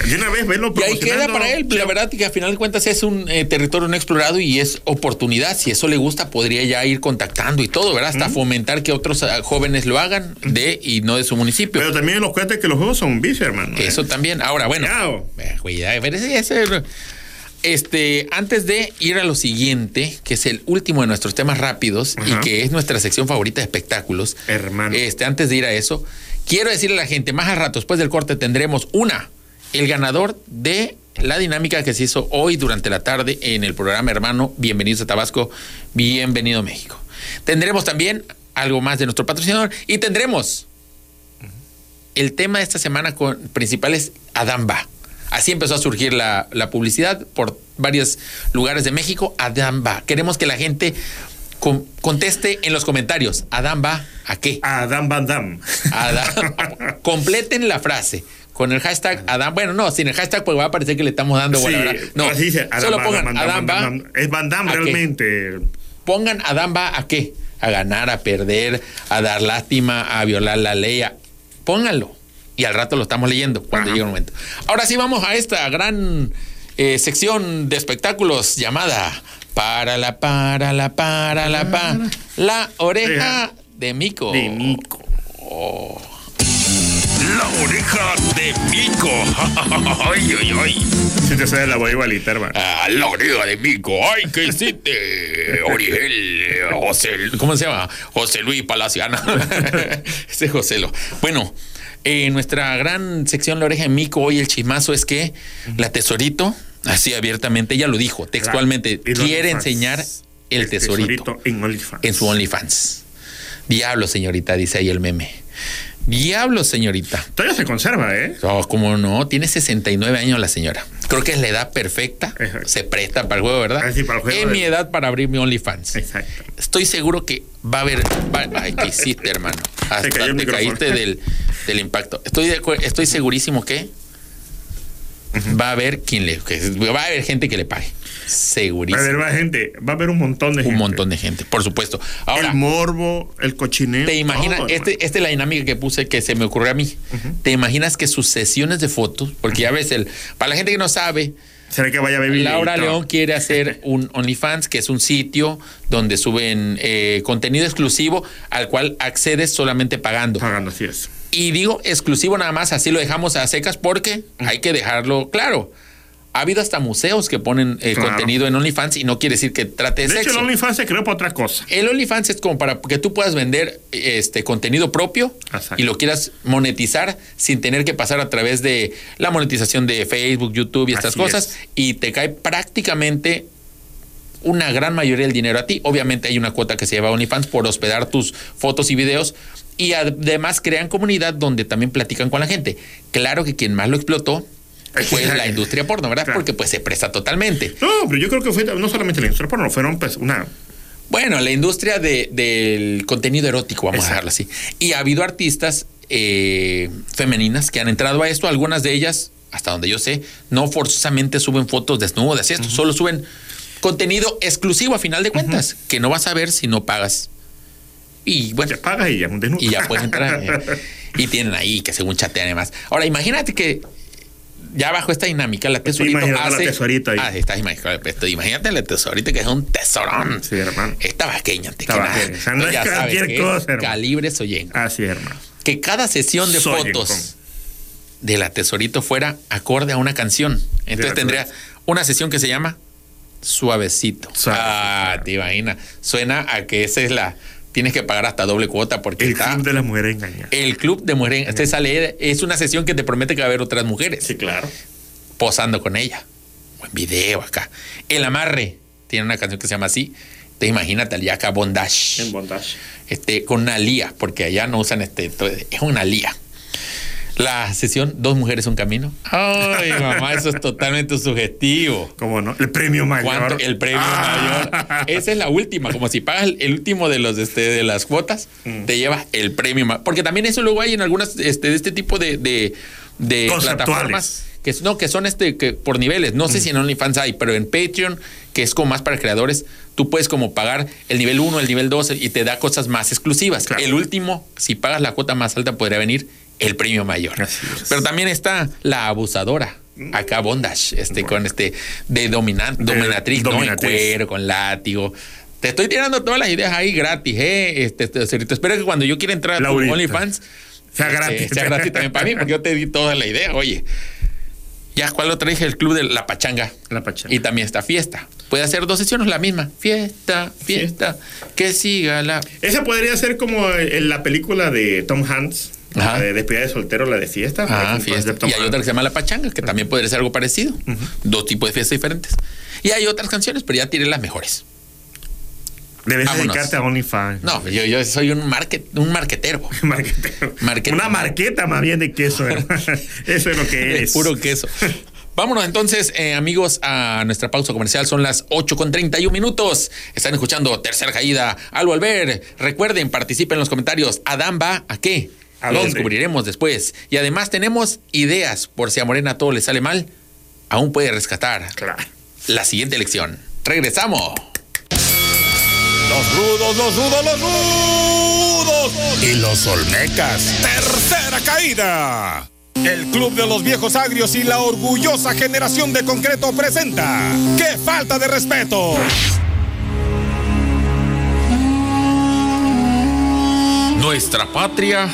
Speaker 6: De una vez verlo
Speaker 5: Y ahí queda
Speaker 6: promocionando.
Speaker 5: para él. La verdad que a final de cuentas es un eh, territorio no explorado y es oportunidad. Si eso le gusta, podría ya ir contactando y todo, ¿verdad? Hasta fomentar que otros ah, jóvenes lo hagan de y no de su municipio.
Speaker 6: Pero también los cuentes que los juegos son un vicio, hermano.
Speaker 5: Eso
Speaker 6: Eh.
Speaker 5: también. Ahora, bueno.
Speaker 6: Cuidado.
Speaker 5: Eh, Cuidado. pero ese- ese- Este, antes de ir a lo siguiente, que es el último de nuestros temas rápidos
Speaker 6: Ajá.
Speaker 5: y que es nuestra sección favorita de espectáculos.
Speaker 6: Hermano.
Speaker 5: Este, antes de ir a eso, quiero decirle a la gente, más al rato, después del corte, tendremos una, el ganador de la dinámica que se hizo hoy durante la tarde en el programa Hermano, Bienvenidos a Tabasco, Bienvenido México. Tendremos también algo más de nuestro patrocinador y tendremos el tema de esta semana con, principal es Adamba. Así empezó a surgir la, la publicidad por varios lugares de México. Adamba. Queremos que la gente con- conteste en los comentarios. Adamba, ¿a qué?
Speaker 6: Adam Van Damme.
Speaker 5: Adán- completen la frase con el hashtag Adán. Bueno, no, sin el hashtag pues va a parecer que le estamos dando bola, ¿verdad?
Speaker 6: Sí,
Speaker 5: No,
Speaker 6: así dice, Adam
Speaker 5: solo
Speaker 6: Van
Speaker 5: pongan
Speaker 6: Damme, Van
Speaker 5: Adán
Speaker 6: Damme,
Speaker 5: va.
Speaker 6: Van Damme. Es Van Damme
Speaker 5: ¿a qué?
Speaker 6: realmente.
Speaker 5: Pongan Adán va a qué. a ganar, a perder, a dar lástima, a violar la ley. a- Pónganlo. Y al rato lo estamos leyendo cuando llegue el momento. Ahora sí vamos a esta gran eh, sección de espectáculos llamada para la para la para la pa la oreja de Mico.
Speaker 6: De Mico.
Speaker 3: La oreja de Mico. Ay, ay, ay.
Speaker 6: Si te sale la voy a igualitar, man.
Speaker 5: Ah, la oreja de Mico. Ay, ¿qué hiciste? Oriel, eh, José, ¿cómo se llama? José Luis Palaciana. Ese es José Lo. Bueno, eh, nuestra gran sección La oreja de Mico hoy el chismazo es que la tesorito, así abiertamente, ella lo dijo textualmente,
Speaker 6: Y los
Speaker 5: quiere
Speaker 6: OnlyFans.
Speaker 5: enseñar el tesorito
Speaker 6: en OnlyFans.
Speaker 5: en su OnlyFans. Diablo, señorita, dice ahí el meme. Diablo, señorita.
Speaker 6: Todavía se conserva, ¿eh?
Speaker 5: Oh, cómo no, tiene 69 años la señora. Creo que es la edad perfecta.
Speaker 6: Exacto.
Speaker 5: Se presta para el juego, ¿verdad?
Speaker 6: Ah, sí, para el juego
Speaker 5: Es
Speaker 6: de-
Speaker 5: mi edad para abrir mi OnlyFans.
Speaker 6: Exacto.
Speaker 5: Estoy seguro que va a haber. va- ay, ¿qué hiciste, hermano? Hasta
Speaker 6: cayó el
Speaker 5: te
Speaker 6: micrófono.
Speaker 5: caíste del, del impacto. Estoy, de acuer- estoy segurísimo que va a haber quien le. que va a haber gente que le pague.
Speaker 6: Va a haber
Speaker 5: Segurísimo.
Speaker 6: más gente. Va a haber un montón de gente.
Speaker 5: Un montón de gente, por supuesto. Ahora,
Speaker 6: El morbo, el cochineo.
Speaker 5: ¿Te imaginas?
Speaker 6: todo,
Speaker 5: este-
Speaker 6: hermano.
Speaker 5: esta es la dinámica que puse que se me ocurrió a mí. ¿Te imaginas que sus sesiones de fotos, porque ya ves, el, para la gente que no sabe,
Speaker 6: ¿Será que vaya a vivir?
Speaker 5: Laura León quiere hacer un OnlyFans, que es un sitio donde suben eh, contenido exclusivo al cual accedes solamente pagando.
Speaker 6: Pagando, así es.
Speaker 5: Y digo exclusivo nada más, así lo dejamos a secas porque hay que dejarlo claro. Ha habido hasta museos que ponen eh,
Speaker 6: Claro.
Speaker 5: contenido en OnlyFans y no quiere decir que trate de,
Speaker 6: De hecho,
Speaker 5: sexo.
Speaker 6: el OnlyFans se creó para otra cosa.
Speaker 5: El OnlyFans es como para que tú puedas vender este contenido propio
Speaker 6: Exacto.
Speaker 5: y lo quieras monetizar sin tener que pasar a través de la monetización de Facebook, YouTube y estas
Speaker 6: Así
Speaker 5: cosas.
Speaker 6: es.
Speaker 5: Y te cae prácticamente una gran mayoría del dinero a ti. Obviamente hay una cuota que se lleva a OnlyFans por hospedar tus fotos y videos. Y además crean comunidad donde también platican con la gente. Claro que quien más lo explotó fue la industria porno, ¿verdad?
Speaker 6: Claro.
Speaker 5: Porque pues se presta totalmente.
Speaker 6: No, pero yo creo que fue no solamente la industria porno, fueron pues una.
Speaker 5: Bueno, la industria de- del contenido erótico, vamos a dejarlo así. Y ha habido artistas eh, femeninas que han entrado a esto. Algunas de ellas, hasta donde yo sé, no forzosamente suben fotos desnudas, esto, solo suben contenido exclusivo a final de cuentas, que no vas a ver si no pagas. Y bueno,
Speaker 6: Ya pagas y ya un desnudo.
Speaker 5: y ya puedes entrar. eh. y tienen ahí que según chatean y demás. Ahora, imagínate que ya bajo esta dinámica, la tesorita
Speaker 6: imaginando a la
Speaker 5: hace...
Speaker 6: tesorita ahí.
Speaker 5: Ah, sí, estás imaginando, esto. imagínate la tesorita que es un tesorón.
Speaker 6: Sí, hermano.
Speaker 5: Es tabaqueña, antes
Speaker 6: Tabaqueña.
Speaker 5: que nada.
Speaker 6: O sea, no es
Speaker 5: Ya sabes
Speaker 6: cualquier
Speaker 5: que
Speaker 6: cosa, hermano. Ah.
Speaker 5: Calibre Soyen.
Speaker 6: Así es, hermano.
Speaker 5: Que cada sesión de
Speaker 6: Soyen,
Speaker 5: fotos
Speaker 6: con-
Speaker 5: de la tesorito fuera acorde a una canción. Entonces
Speaker 6: la
Speaker 5: tendría una sesión que se llama Suavecito.
Speaker 6: Suavecito,
Speaker 5: ah,
Speaker 6: claro.
Speaker 5: te imaginas. Suena a que esa es la... Tienes que pagar hasta doble cuota porque
Speaker 6: El
Speaker 5: está... Eh,
Speaker 6: club de las mujeres engañadas.
Speaker 5: El club de mujeres, usted sale, es una sesión que te promete que va a haber otras mujeres
Speaker 6: Sí, claro.
Speaker 5: posando con ella. Buen video acá. El amarre, tiene una canción que se llama así. Te imagínate al acá Bondage.
Speaker 6: En bondage.
Speaker 5: Este, con una lía, porque allá no usan este, to- es una lía. La sesión Dos mujeres un camino. Ay, mamá, eso es totalmente sugestivo.
Speaker 6: ¿Cómo no? El premio
Speaker 5: ¿Cuánto?
Speaker 6: mayor.
Speaker 5: El premio
Speaker 6: Ah.
Speaker 5: mayor. Esa es la última. Como si pagas el último de los este, de las cuotas,
Speaker 6: Mm.
Speaker 5: te llevas el premio mayor. Porque también eso luego hay en algunas este, de este tipo de, de, de
Speaker 6: Conceptuales.
Speaker 5: plataformas. Que, es- no, que son este que por niveles. No
Speaker 6: Mm.
Speaker 5: sé si en OnlyFans hay, pero en Patreon, que es como más para creadores, tú puedes como pagar el nivel 1, el nivel 2 y te da cosas más exclusivas.
Speaker 6: Claro.
Speaker 5: El último, si pagas la cuota más alta, podría venir el premio mayor.
Speaker 6: Así es. Mm.
Speaker 5: Pero también está la abusadora. Acá Bondage, este, con este de dominante,
Speaker 6: De
Speaker 5: dominatrix, ¿no? En
Speaker 6: dominatrix.
Speaker 5: cuero, con látigo. Te estoy tirando todas las ideas ahí gratis, ¿eh? Este, este, Cerito. Espero que cuando yo quiera entrar a tu
Speaker 6: Laurita.
Speaker 5: OnlyFans
Speaker 6: Sea
Speaker 5: este,
Speaker 6: gratis.
Speaker 5: sea gratis también para mí, porque yo te di toda la idea. Oye, ya, ¿cuál otra dije? El club de la pachanga.
Speaker 6: La pachanga.
Speaker 5: Y también está fiesta. Puede hacer dos sesiones la misma. Fiesta, fiesta, que siga la.
Speaker 6: Esa podría ser como en la película de Tom Hanks.
Speaker 5: Ajá.
Speaker 6: La de despedida de soltero, la de fiesta.
Speaker 5: Ah,
Speaker 6: Con
Speaker 5: fiesta.
Speaker 6: concepto
Speaker 5: Y hay
Speaker 6: Hanks.
Speaker 5: otra que se llama La Pachanga, que también podría ser algo parecido. Dos tipos de fiestas diferentes. Y hay otras canciones, pero ya tiré las mejores.
Speaker 6: Debes
Speaker 5: Vámonos.
Speaker 6: dedicarte a OnlyFans.
Speaker 5: No, yo, yo soy un, market, un marquetero.
Speaker 6: Marquetero.
Speaker 5: Marqueta.
Speaker 6: Una marqueta más bien de queso, hermano. Eso es lo que
Speaker 5: De
Speaker 6: es.
Speaker 5: Puro queso. Vámonos entonces, eh, amigos, a nuestra pausa comercial. Son las 8 con 31 minutos. Están escuchando Tercera Caída. Al volver, recuerden, participen en los comentarios. Adán va a qué?
Speaker 6: ¿A
Speaker 5: Lo
Speaker 6: dónde?
Speaker 5: descubriremos después. Y además tenemos ideas por si a Morena todo le sale mal. Aún puede rescatar
Speaker 6: Claro.
Speaker 5: la siguiente elección. Regresamos.
Speaker 3: La
Speaker 2: Los rudos, los rudos, los rudos. Y los olmecas. Tercera caída. El Club de los Viejos Agrios y la orgullosa generación de concreto presenta. ¡Qué falta de respeto!
Speaker 5: Nuestra patria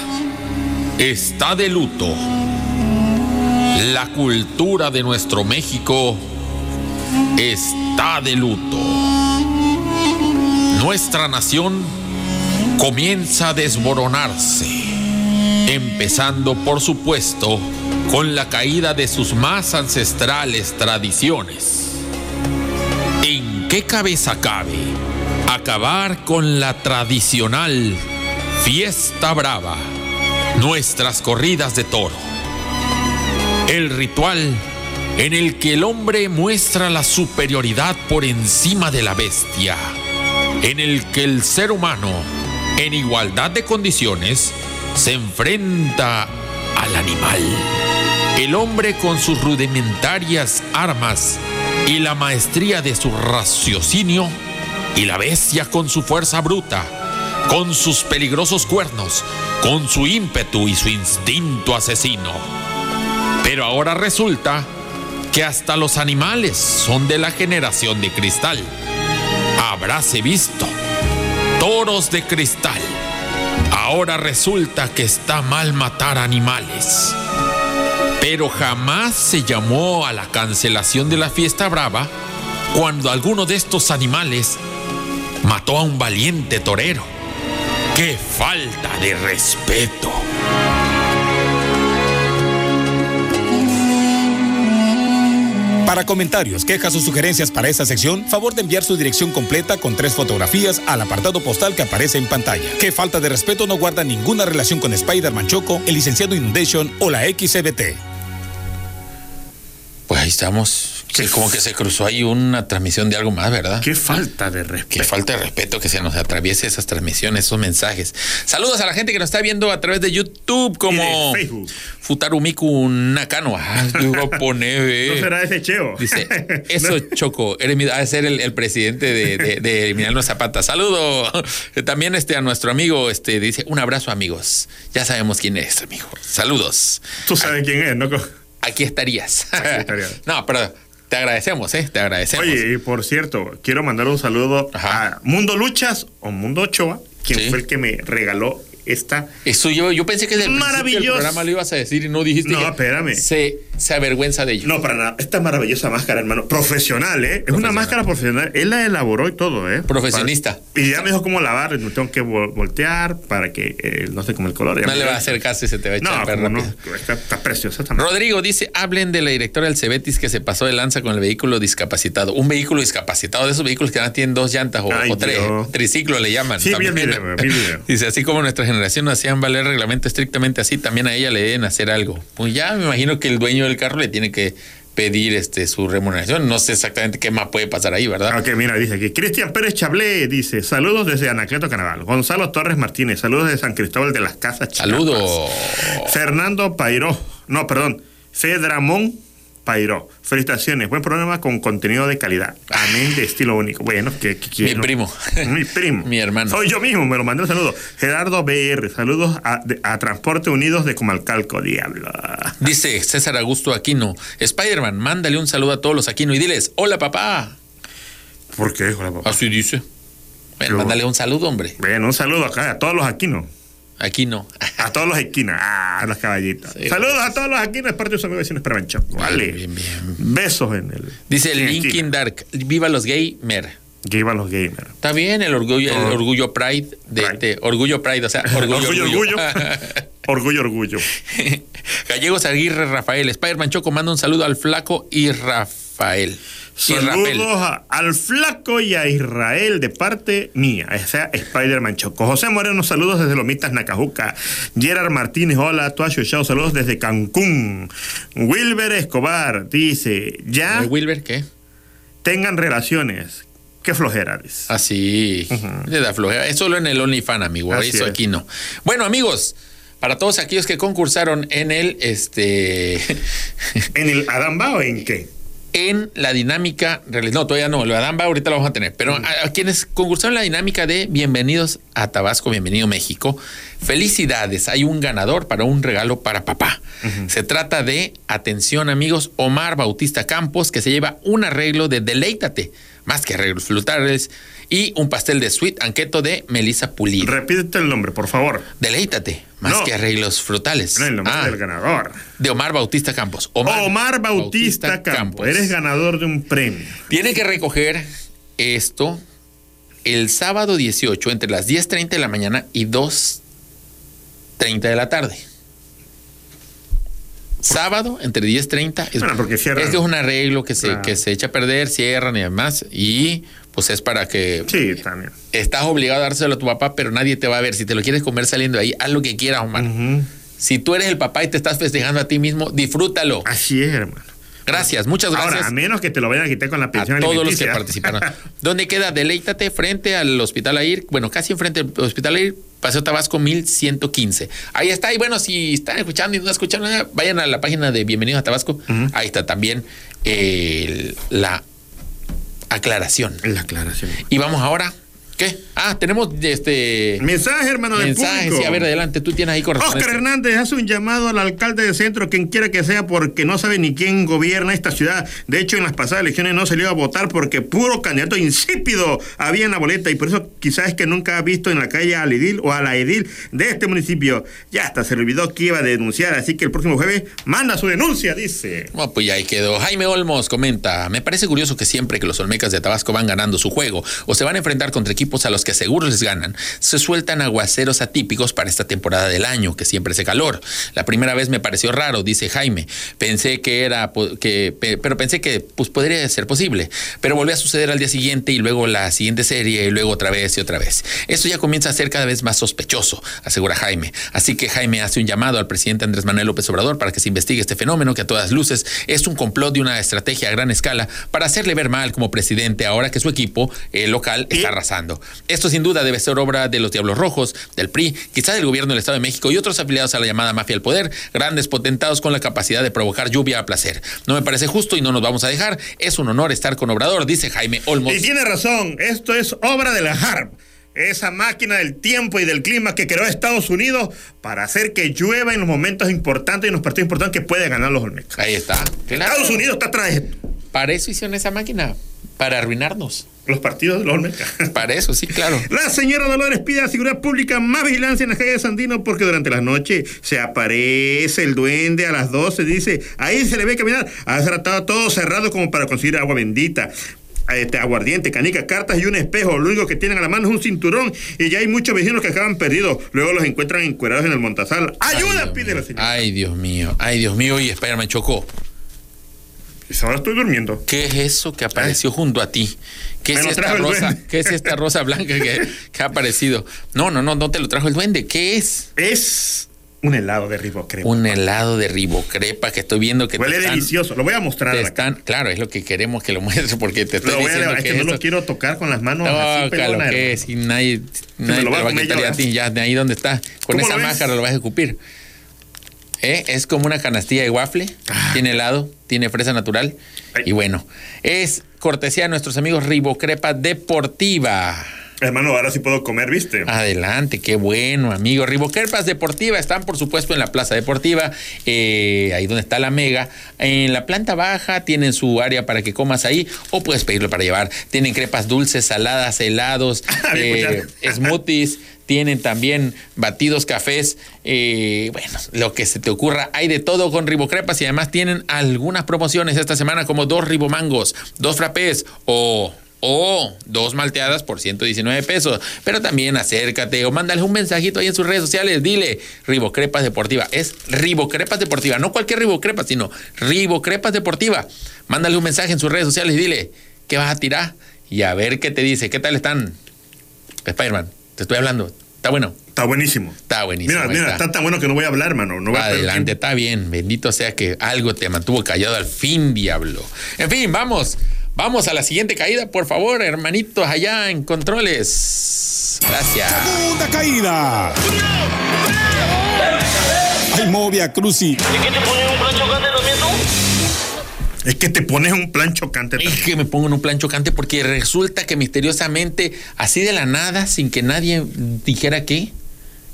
Speaker 5: está de luto. La cultura de nuestro México está de luto. Nuestra nación comienza a desmoronarse, empezando por supuesto con la caída de sus más ancestrales tradiciones. ¿En qué cabeza cabe acabar con la tradicional fiesta brava, nuestras corridas de toro? El ritual en el que el hombre muestra la superioridad por encima de la bestia, en el que el ser humano, en igualdad de condiciones, se enfrenta al animal. El hombre con sus rudimentarias armas y la maestría de su raciocinio, y la bestia con su fuerza bruta, con sus peligrosos cuernos, con su ímpetu y su instinto asesino. Pero ahora resulta que hasta los animales son de la generación de cristal. Habráse visto toros de cristal. Ahora resulta que está mal matar animales. Pero jamás se llamó a la cancelación de la fiesta brava cuando alguno de estos animales mató a un valiente torero. ¡Qué falta de respeto!
Speaker 2: Para comentarios, quejas o sugerencias para esta sección, favor de enviar su dirección completa con tres fotografías al apartado postal que aparece en pantalla. Que falta de respeto no guarda ninguna relación con Spider-Man Choco, el licenciado Inundation o la XCBT.
Speaker 5: Pues ahí estamos. Que como que se cruzó ahí una transmisión de algo más, ¿verdad?
Speaker 6: Qué falta de respeto.
Speaker 5: Qué falta de respeto que se nos atraviese esas transmisiones, esos mensajes. Saludos a la gente que nos está viendo a través de YouTube como
Speaker 6: Y de Facebook.
Speaker 5: Futarumiku Nakano. Ah, yo iba a poner, eh.
Speaker 6: ¿No será ese cheo?
Speaker 5: Dice, eso Choco, eres mi- ha de ser el, el presidente de, de, de Emiliano Zapata. Saludo también este, a nuestro amigo, este dice, un abrazo amigos. Ya sabemos quién es, amigo. Saludos.
Speaker 6: Tú sabes quién es, ¿no?
Speaker 5: Aquí estarías.
Speaker 6: estaría.
Speaker 5: no, pero te agradecemos, ¿eh? Te agradecemos.
Speaker 6: Oye, y por cierto, quiero mandar un saludo
Speaker 5: Ajá.
Speaker 6: a Mundo Luchas o Mundo Ochoa, quien
Speaker 5: Sí.
Speaker 6: fue el que me regaló esta.
Speaker 5: Eso yo, yo pensé que desde el principio del
Speaker 6: Maravilloso.
Speaker 5: programa lo ibas a decir y no dijiste.
Speaker 6: No,
Speaker 5: que
Speaker 6: espérame.
Speaker 5: Se, se avergüenza de ello.
Speaker 6: No, para nada. Esta maravillosa máscara, hermano. Profesional, ¿eh? Es una
Speaker 5: Profesional.
Speaker 6: máscara profesional. Él la elaboró y todo, ¿eh?
Speaker 5: Profesionista.
Speaker 6: Para- y ya me dijo cómo lavar. Me tengo que vol- voltear para que eh, no sé cómo el color. Ya
Speaker 5: No
Speaker 6: me
Speaker 5: le
Speaker 6: dio-
Speaker 5: va a hacer caso y se te va a echar
Speaker 6: No,
Speaker 5: para
Speaker 6: cómo no.
Speaker 5: rápido.
Speaker 6: Está, está preciosa esta máscara.
Speaker 5: Rodrigo dice, hablen de la directora del Cebetis que se pasó de lanza con el vehículo discapacitado. Un vehículo discapacitado, de esos vehículos que ahora tienen dos llantas o,
Speaker 6: Ay,
Speaker 5: o tres.
Speaker 6: Dios.
Speaker 5: Triciclo le llaman.
Speaker 6: Sí, vi el
Speaker 5: también.
Speaker 6: video, vi el video.
Speaker 5: Dice, así como nuestra generación no hacían valer el reglamento estrictamente así, también a ella le deben hacer algo. Pues ya me imagino que el dueño del carro le tiene que pedir este su remuneración. No sé exactamente qué más puede pasar ahí, ¿verdad?
Speaker 6: Ah, Ok, mira, dice aquí. Cristian Pérez Chablé dice: Saludos desde Anacleto Canaval. Gonzalo Torres Martínez, saludos desde San Cristóbal de las Casas Chiapas.
Speaker 5: Saludos.
Speaker 6: Fernando Pairó. No, perdón. Fedramón Pairó. Felicitaciones. Buen programa con contenido de calidad. Amén de estilo único. Bueno, que, que- que
Speaker 5: Mi
Speaker 6: no.
Speaker 5: primo.
Speaker 6: Mi primo.
Speaker 5: Mi hermano.
Speaker 6: Soy yo mismo, me lo mandé un saludo. Gerardo BR. Saludos a, de- a Transporte Unidos de Comalcalco, diablo.
Speaker 5: Dice César Augusto Aquino, Spider-Man, mándale un saludo a todos los Aquino y diles, hola papá.
Speaker 6: ¿Por qué, hijo de la papá?
Speaker 5: Así dice. Bueno,
Speaker 6: Yo-
Speaker 5: mándale un saludo, hombre.
Speaker 6: Bueno, un saludo acá a todos los aquinos.
Speaker 5: Aquino.
Speaker 6: A todos los esquinas. Ah, a las caballitas.
Speaker 5: Sí,
Speaker 6: Saludos a todos los aquinos. Es parte de su amigo vecino Esperman Chaco. Vale.
Speaker 5: Bien, bien,
Speaker 6: Besos en el.
Speaker 5: Dice
Speaker 6: en
Speaker 5: el Linkin
Speaker 6: esquina.
Speaker 5: Dark, viva los gamer.
Speaker 6: Que iban los gamers.
Speaker 5: Está bien el orgullo, el
Speaker 6: Todo.
Speaker 5: orgullo Pride, de,
Speaker 6: Pride.
Speaker 5: de- orgullo Pride, o sea, orgullo,
Speaker 6: Orgullo, orgullo. Orgullo, orgullo.
Speaker 5: Gallegos Aguirre, Rafael, Spider-Man Choco, manda un saludo al flaco y Rafael. Y Eh, Rafael.
Speaker 6: Saludos a- al Flaco y a Israel de parte mía, o sea, Spider-Man Choco. José Moreno, saludos desde Lomitas, Nacajuca. Gerard Martínez, hola, Tuacho Chao, saludos desde Cancún. Wilber Escobar dice, ya
Speaker 5: ¿Eh, Wilber, ¿qué?
Speaker 6: tengan relaciones. Qué flojera, dice.
Speaker 5: Ah. Así, le da flojera. Es solo en el OnlyFans, amigo.
Speaker 6: Así
Speaker 5: Eso
Speaker 6: es.
Speaker 5: aquí no. Bueno, amigos, para todos aquellos que concursaron en el este
Speaker 6: ¿En el Adamba o en qué?
Speaker 5: en la dinámica, reali- no, todavía no, lo de Adamba ahorita lo vamos a tener, pero a, a quienes concursaron en la dinámica de bienvenidos a Tabasco, bienvenido México, felicidades, hay un ganador para un regalo para papá. Se trata de, atención amigos, Omar Bautista Campos, que se lleva un arreglo de Deleítate, más que arreglos frutales, y un pastel de sweet anqueto de Melissa Pulido.
Speaker 6: Repítete el nombre, por favor.
Speaker 5: Deleítate, más
Speaker 6: No.
Speaker 5: que arreglos frutales.
Speaker 6: No, el nombre
Speaker 5: Ah,
Speaker 6: del ganador.
Speaker 5: de Omar Bautista Campos.
Speaker 6: Omar Bautista, Campo. Eres ganador de un premio.
Speaker 5: Tiene que recoger esto el sábado 18 entre las 10.30 de la mañana y 2.30 de la tarde. Sábado entre 10.30 es,
Speaker 6: Bueno, porque cierran.
Speaker 5: es que es un arreglo que se,
Speaker 6: Claro.
Speaker 5: que se echa a perder, cierran y demás. Y pues es para que
Speaker 6: Sí, también.
Speaker 5: estás obligado a dárselo a tu papá, pero nadie te va a ver. Si te lo quieres comer saliendo de ahí, haz lo que quieras, Omar. Si tú eres el papá y te estás festejando a ti mismo, disfrútalo.
Speaker 6: Así es, hermano.
Speaker 5: Gracias, muchas gracias
Speaker 6: Ah. Ahora, a menos que te lo vayan a quitar con la
Speaker 5: a
Speaker 6: pensión
Speaker 5: todos los que
Speaker 6: alimenticia.
Speaker 5: participaron. ¿Dónde queda? Deleítate frente al Hospital Air, bueno, casi enfrente del Hospital Air, Paseo Tabasco 1115. Ahí está, y bueno, si están escuchando y no escuchan nada, vayan a la página de Bienvenidos a Tabasco. Ahí está también eh, la aclaración.
Speaker 6: la aclaración.
Speaker 5: Y vamos ahora, ¿qué? Ah, tenemos este
Speaker 6: Mensaje, hermano, del
Speaker 5: mensaje.
Speaker 6: público.
Speaker 5: Sí, a ver, adelante, tú tienes ahí correspondencia.
Speaker 6: Oscar Hernández hace un llamado al alcalde de centro, quien quiera que sea, porque no sabe ni quién gobierna esta ciudad. De hecho, en las pasadas elecciones no salió a votar porque puro candidato insípido había en la boleta y por eso quizás es que nunca ha visto en la calle al edil o a la edil de este municipio. Ya hasta se le olvidó que iba a denunciar, así que el próximo jueves manda su denuncia, dice.
Speaker 5: Bueno, pues ya ahí quedó. Jaime Olmos comenta, me parece curioso que siempre que los Olmecas de Tabasco van ganando su juego o se van a enfrentar contra equipos a los que seguro les ganan, se sueltan aguaceros atípicos para esta temporada del año, que siempre hace calor. La primera vez me pareció raro, dice Jaime. Pensé que era, po- que, pe- pero pensé que pues podría ser posible. Pero volvió a suceder al día siguiente y luego la siguiente serie y luego otra vez y otra vez. Esto ya comienza a ser cada vez más sospechoso, asegura Jaime. Así que Jaime hace un llamado al presidente Andrés Manuel López Obrador para que se investigue este fenómeno que a todas luces es un complot de una estrategia a gran escala para hacerle ver mal como presidente ahora que su equipo eh, local está arrasando. Esto sin duda debe ser obra de los Diablos Rojos, del PRI, quizá del gobierno del Estado de México y otros afiliados a la llamada mafia al poder, grandes potentados con la capacidad de provocar lluvia a placer. No me parece justo y no nos vamos a dejar. Es un honor estar con Obrador, dice Jaime Olmos.
Speaker 6: Y tiene razón, esto es obra de la HARP, esa máquina del tiempo y del clima que creó Estados Unidos para hacer que llueva en los momentos importantes y en los partidos importantes que puede ganar los Olmecas.
Speaker 5: Ahí está. Claro.
Speaker 6: Estados Unidos está atrás de
Speaker 5: Para eso hicieron esa máquina, para arruinarnos.
Speaker 6: los partidos de los Olmecas.
Speaker 5: Para eso, sí, claro.
Speaker 6: La señora Dolores pide a Seguridad Pública más vigilancia en las calles de Sandino porque durante la noche se aparece el duende a las 12, dice, ahí se le ve caminar, ha tratado todo cerrado como para conseguir agua bendita. Este, aguardiente, canica, cartas y un espejo. Lo único que tienen a la mano es un cinturón y ya hay muchos vecinos que acaban perdidos. Luego los encuentran encuerados en el Montazal. ¡Ayuda!
Speaker 5: Ay, Dios
Speaker 6: pide la
Speaker 5: mío.
Speaker 6: señora.
Speaker 5: Ay, Dios mío. Ay, Dios mío. Y Spider-Man chocó.
Speaker 6: Ahora estoy durmiendo.
Speaker 5: ¿Qué es eso que apareció junto a ti? ¿Qué
Speaker 6: Me
Speaker 5: es,
Speaker 6: lo
Speaker 5: esta
Speaker 6: trajo el
Speaker 5: rosa,
Speaker 6: duende.
Speaker 5: ¿Qué es esta rosa blanca que, que ha aparecido? No, no, no, no te lo trajo el duende. ¿Qué es?
Speaker 6: Es un helado de ribocrema.
Speaker 5: Un helado de ribocrepa que estoy viendo que te
Speaker 6: Huele
Speaker 5: están-
Speaker 6: delicioso. Lo voy a mostrar.
Speaker 5: te
Speaker 6: a la
Speaker 5: están- claro, es lo que queremos que lo muestres porque te estoy
Speaker 6: Lo voy a
Speaker 5: diciendo
Speaker 6: levantar,
Speaker 5: que,
Speaker 6: es que no
Speaker 5: esto-
Speaker 6: lo quiero tocar con las manos así
Speaker 5: Tócalo,
Speaker 6: pelona,
Speaker 5: que
Speaker 6: hermano.
Speaker 5: si nadie, nadie
Speaker 6: me
Speaker 5: te
Speaker 6: lo
Speaker 5: lo
Speaker 6: va a
Speaker 5: va a
Speaker 6: comer,
Speaker 5: quitar
Speaker 6: ya
Speaker 5: ya a ti, ya de ahí donde está. Con
Speaker 6: ¿Cómo
Speaker 5: esa
Speaker 6: lo ves?
Speaker 5: máscara lo vas a escupir. ¿Eh? Es como una canastilla de waffle, tiene helado, tiene fresa natural
Speaker 6: Ah. Ay.
Speaker 5: y bueno, es cortesía de nuestros amigos Ribocrepa Deportiva.
Speaker 6: Hermano, ahora sí puedo comer, ¿viste?
Speaker 5: Ah. Adelante, qué bueno, amigo. Riboquerpas Deportiva están, por supuesto, en la Plaza Deportiva, eh, ahí donde está la Mega. En la planta baja tienen su área para que comas ahí o puedes pedirlo para llevar. Tienen crepas dulces, saladas, helados,
Speaker 6: Bien,
Speaker 5: eh,
Speaker 6: pues ya.
Speaker 5: smoothies. Tienen también batidos, cafés, eh, bueno, lo que se te ocurra. Hay de todo con ribocrepas y además tienen algunas promociones esta semana como dos ribomangos, dos frappés o, o dos malteadas por 119 pesos. Pero también acércate o mándales un mensajito ahí en sus redes sociales. Dile ribocrepas deportiva. Es ribocrepas deportiva. No cualquier ribocrepa, sino ribocrepas deportiva. Mándale un mensaje en sus redes sociales y dile qué vas a tirar y a ver qué te dice. ¿Qué tal están? Spider-Man, te estoy hablando. Está bueno.
Speaker 6: Está buenísimo.
Speaker 5: Está buenísimo.
Speaker 6: Mira,
Speaker 5: ahí
Speaker 6: mira,
Speaker 5: está.
Speaker 6: está tan bueno que no voy a hablar, hermano. No voy a perder
Speaker 5: Adelante,
Speaker 6: tiempo.
Speaker 5: está bien. Bendito sea que algo te mantuvo callado al fin, diablo. En fin, vamos. Vamos a la siguiente caída, por favor, hermanitos allá en controles. Gracias.
Speaker 2: Segunda caída. Ay, Movia Cruci.
Speaker 6: Es que te pones un plan chocante.
Speaker 5: Es que me pongo en un plan chocante porque resulta que misteriosamente, así de la nada, sin que nadie dijera qué,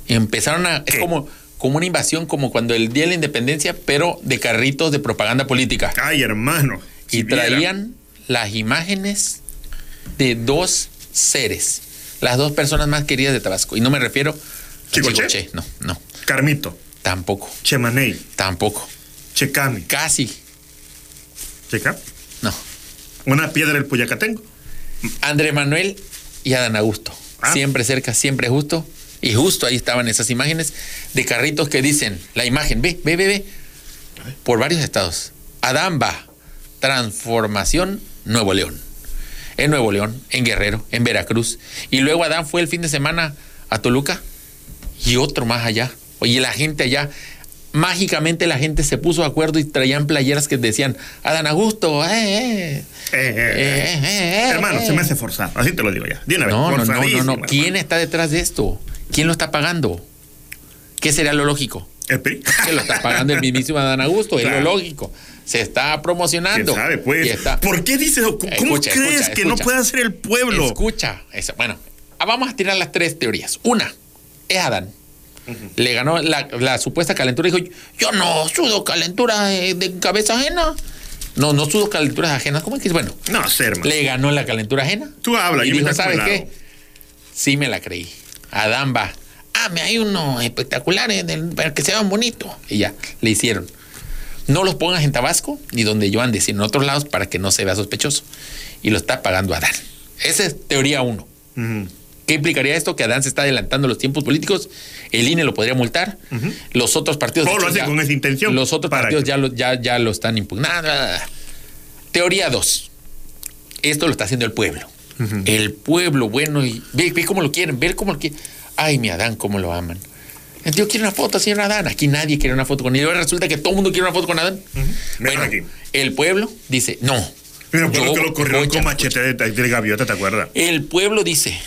Speaker 5: empezaron a. Es
Speaker 6: ¿Qué?
Speaker 5: como, como una invasión, como cuando el día de la independencia, pero de carritos de propaganda política.
Speaker 6: Ay, hermano.
Speaker 5: y
Speaker 6: si viera.
Speaker 5: traían las imágenes de dos seres, las dos personas más queridas de Tabasco. Y no me refiero a
Speaker 6: ¿Chicoche?
Speaker 5: Chicoche, no, no,
Speaker 6: Carmito,
Speaker 5: tampoco,
Speaker 6: Chemaney,
Speaker 5: tampoco.
Speaker 6: Checami,
Speaker 5: Casi,
Speaker 6: Checa.
Speaker 5: no.
Speaker 6: Una piedra del Puyacatengo.
Speaker 5: André Manuel y Adán Augusto.
Speaker 6: Ah.
Speaker 5: Siempre cerca, siempre justo. Y justo ahí estaban esas imágenes de carritos que dicen, la imagen, ve, ve, ve, ve. Por varios estados. Adán va, transformación, Nuevo León. En Nuevo León, en Guerrero, en Veracruz. Y luego Adán fue el fin de semana a Toluca y otro más allá. Oye, la gente allá, mágicamente la gente se puso de acuerdo y traían playeras que decían, Adán Augusto, eh, eh.
Speaker 6: Eh, eh,
Speaker 5: Eh, eh, eh,
Speaker 6: hermano,
Speaker 5: eh.
Speaker 6: se me hace forzado. Así te lo digo ya. De una vez.
Speaker 5: No, no, no, no,
Speaker 6: forzadísimo,
Speaker 5: no.
Speaker 6: hermano.
Speaker 5: ¿Quién está detrás de esto? ¿Quién lo está pagando? ¿Qué sería lo lógico?
Speaker 6: El PRI.
Speaker 5: Que lo está pagando el mismísimo Adán Augusto, es
Speaker 6: Claro.
Speaker 5: lo lógico. Se está
Speaker 6: ¿Quién
Speaker 5: promocionando.
Speaker 6: sabe,
Speaker 5: Y
Speaker 6: pues?
Speaker 5: está-
Speaker 6: ¿Por qué dices? ¿Cómo
Speaker 5: Escucha,
Speaker 6: crees
Speaker 5: escucha,
Speaker 6: que no
Speaker 5: escucha.
Speaker 6: puede hacer el pueblo?
Speaker 5: Escucha. eso. Bueno, ah, vamos a tirar las tres teorías. Una, es Adán. Le ganó la, la supuesta calentura y dijo, yo no sudo calentura eh, de, cabeza ajena. No, no sudo calenturas ajenas. ¿Cómo es que es? Bueno,
Speaker 6: No sé, hermano.
Speaker 5: le ganó la calentura ajena.
Speaker 6: Tú habla,
Speaker 5: y
Speaker 6: yo me
Speaker 5: dijo,
Speaker 6: saco
Speaker 5: ¿sabes
Speaker 6: de lado".
Speaker 5: qué? Sí me la creí. Adán va. Ah, me hay unos espectaculares del- para que se vean bonitos. Y ya, le hicieron. No los pongas en Tabasco ni donde yo ande, sino en otros lados para que no se vea sospechoso. Y lo está pagando Adán. Esa es teoría uno.
Speaker 6: Ujú.
Speaker 5: ¿Qué implicaría esto? Que Adán se está adelantando los tiempos políticos, el INE lo podría multar, los otros partidos...
Speaker 6: Todo
Speaker 5: de
Speaker 6: lo
Speaker 5: hecho,
Speaker 6: hace con esa intención.
Speaker 5: Los otros
Speaker 6: Para
Speaker 5: partidos
Speaker 6: que-
Speaker 5: ya lo, ya, ya lo están impugnando. bla, bla, bla. Teoría 2. Esto lo está haciendo el pueblo. El pueblo, bueno, y ve, ve cómo lo quieren, ver cómo lo quieren. Ay, mi Adán, cómo lo aman. Yo quiero una foto, señor Adán. Aquí nadie quiere una foto con él. Ahora resulta que todo el mundo quiere una foto con Adán.
Speaker 6: Menos
Speaker 5: Bueno,
Speaker 6: aquí.
Speaker 5: el pueblo dice, no.
Speaker 6: Pero
Speaker 5: yo
Speaker 6: por
Speaker 5: pues.
Speaker 6: lo que lo corrieron
Speaker 5: voy a-
Speaker 6: con machete de, de gaviota, ¿te acuerdas?
Speaker 5: el pueblo dice,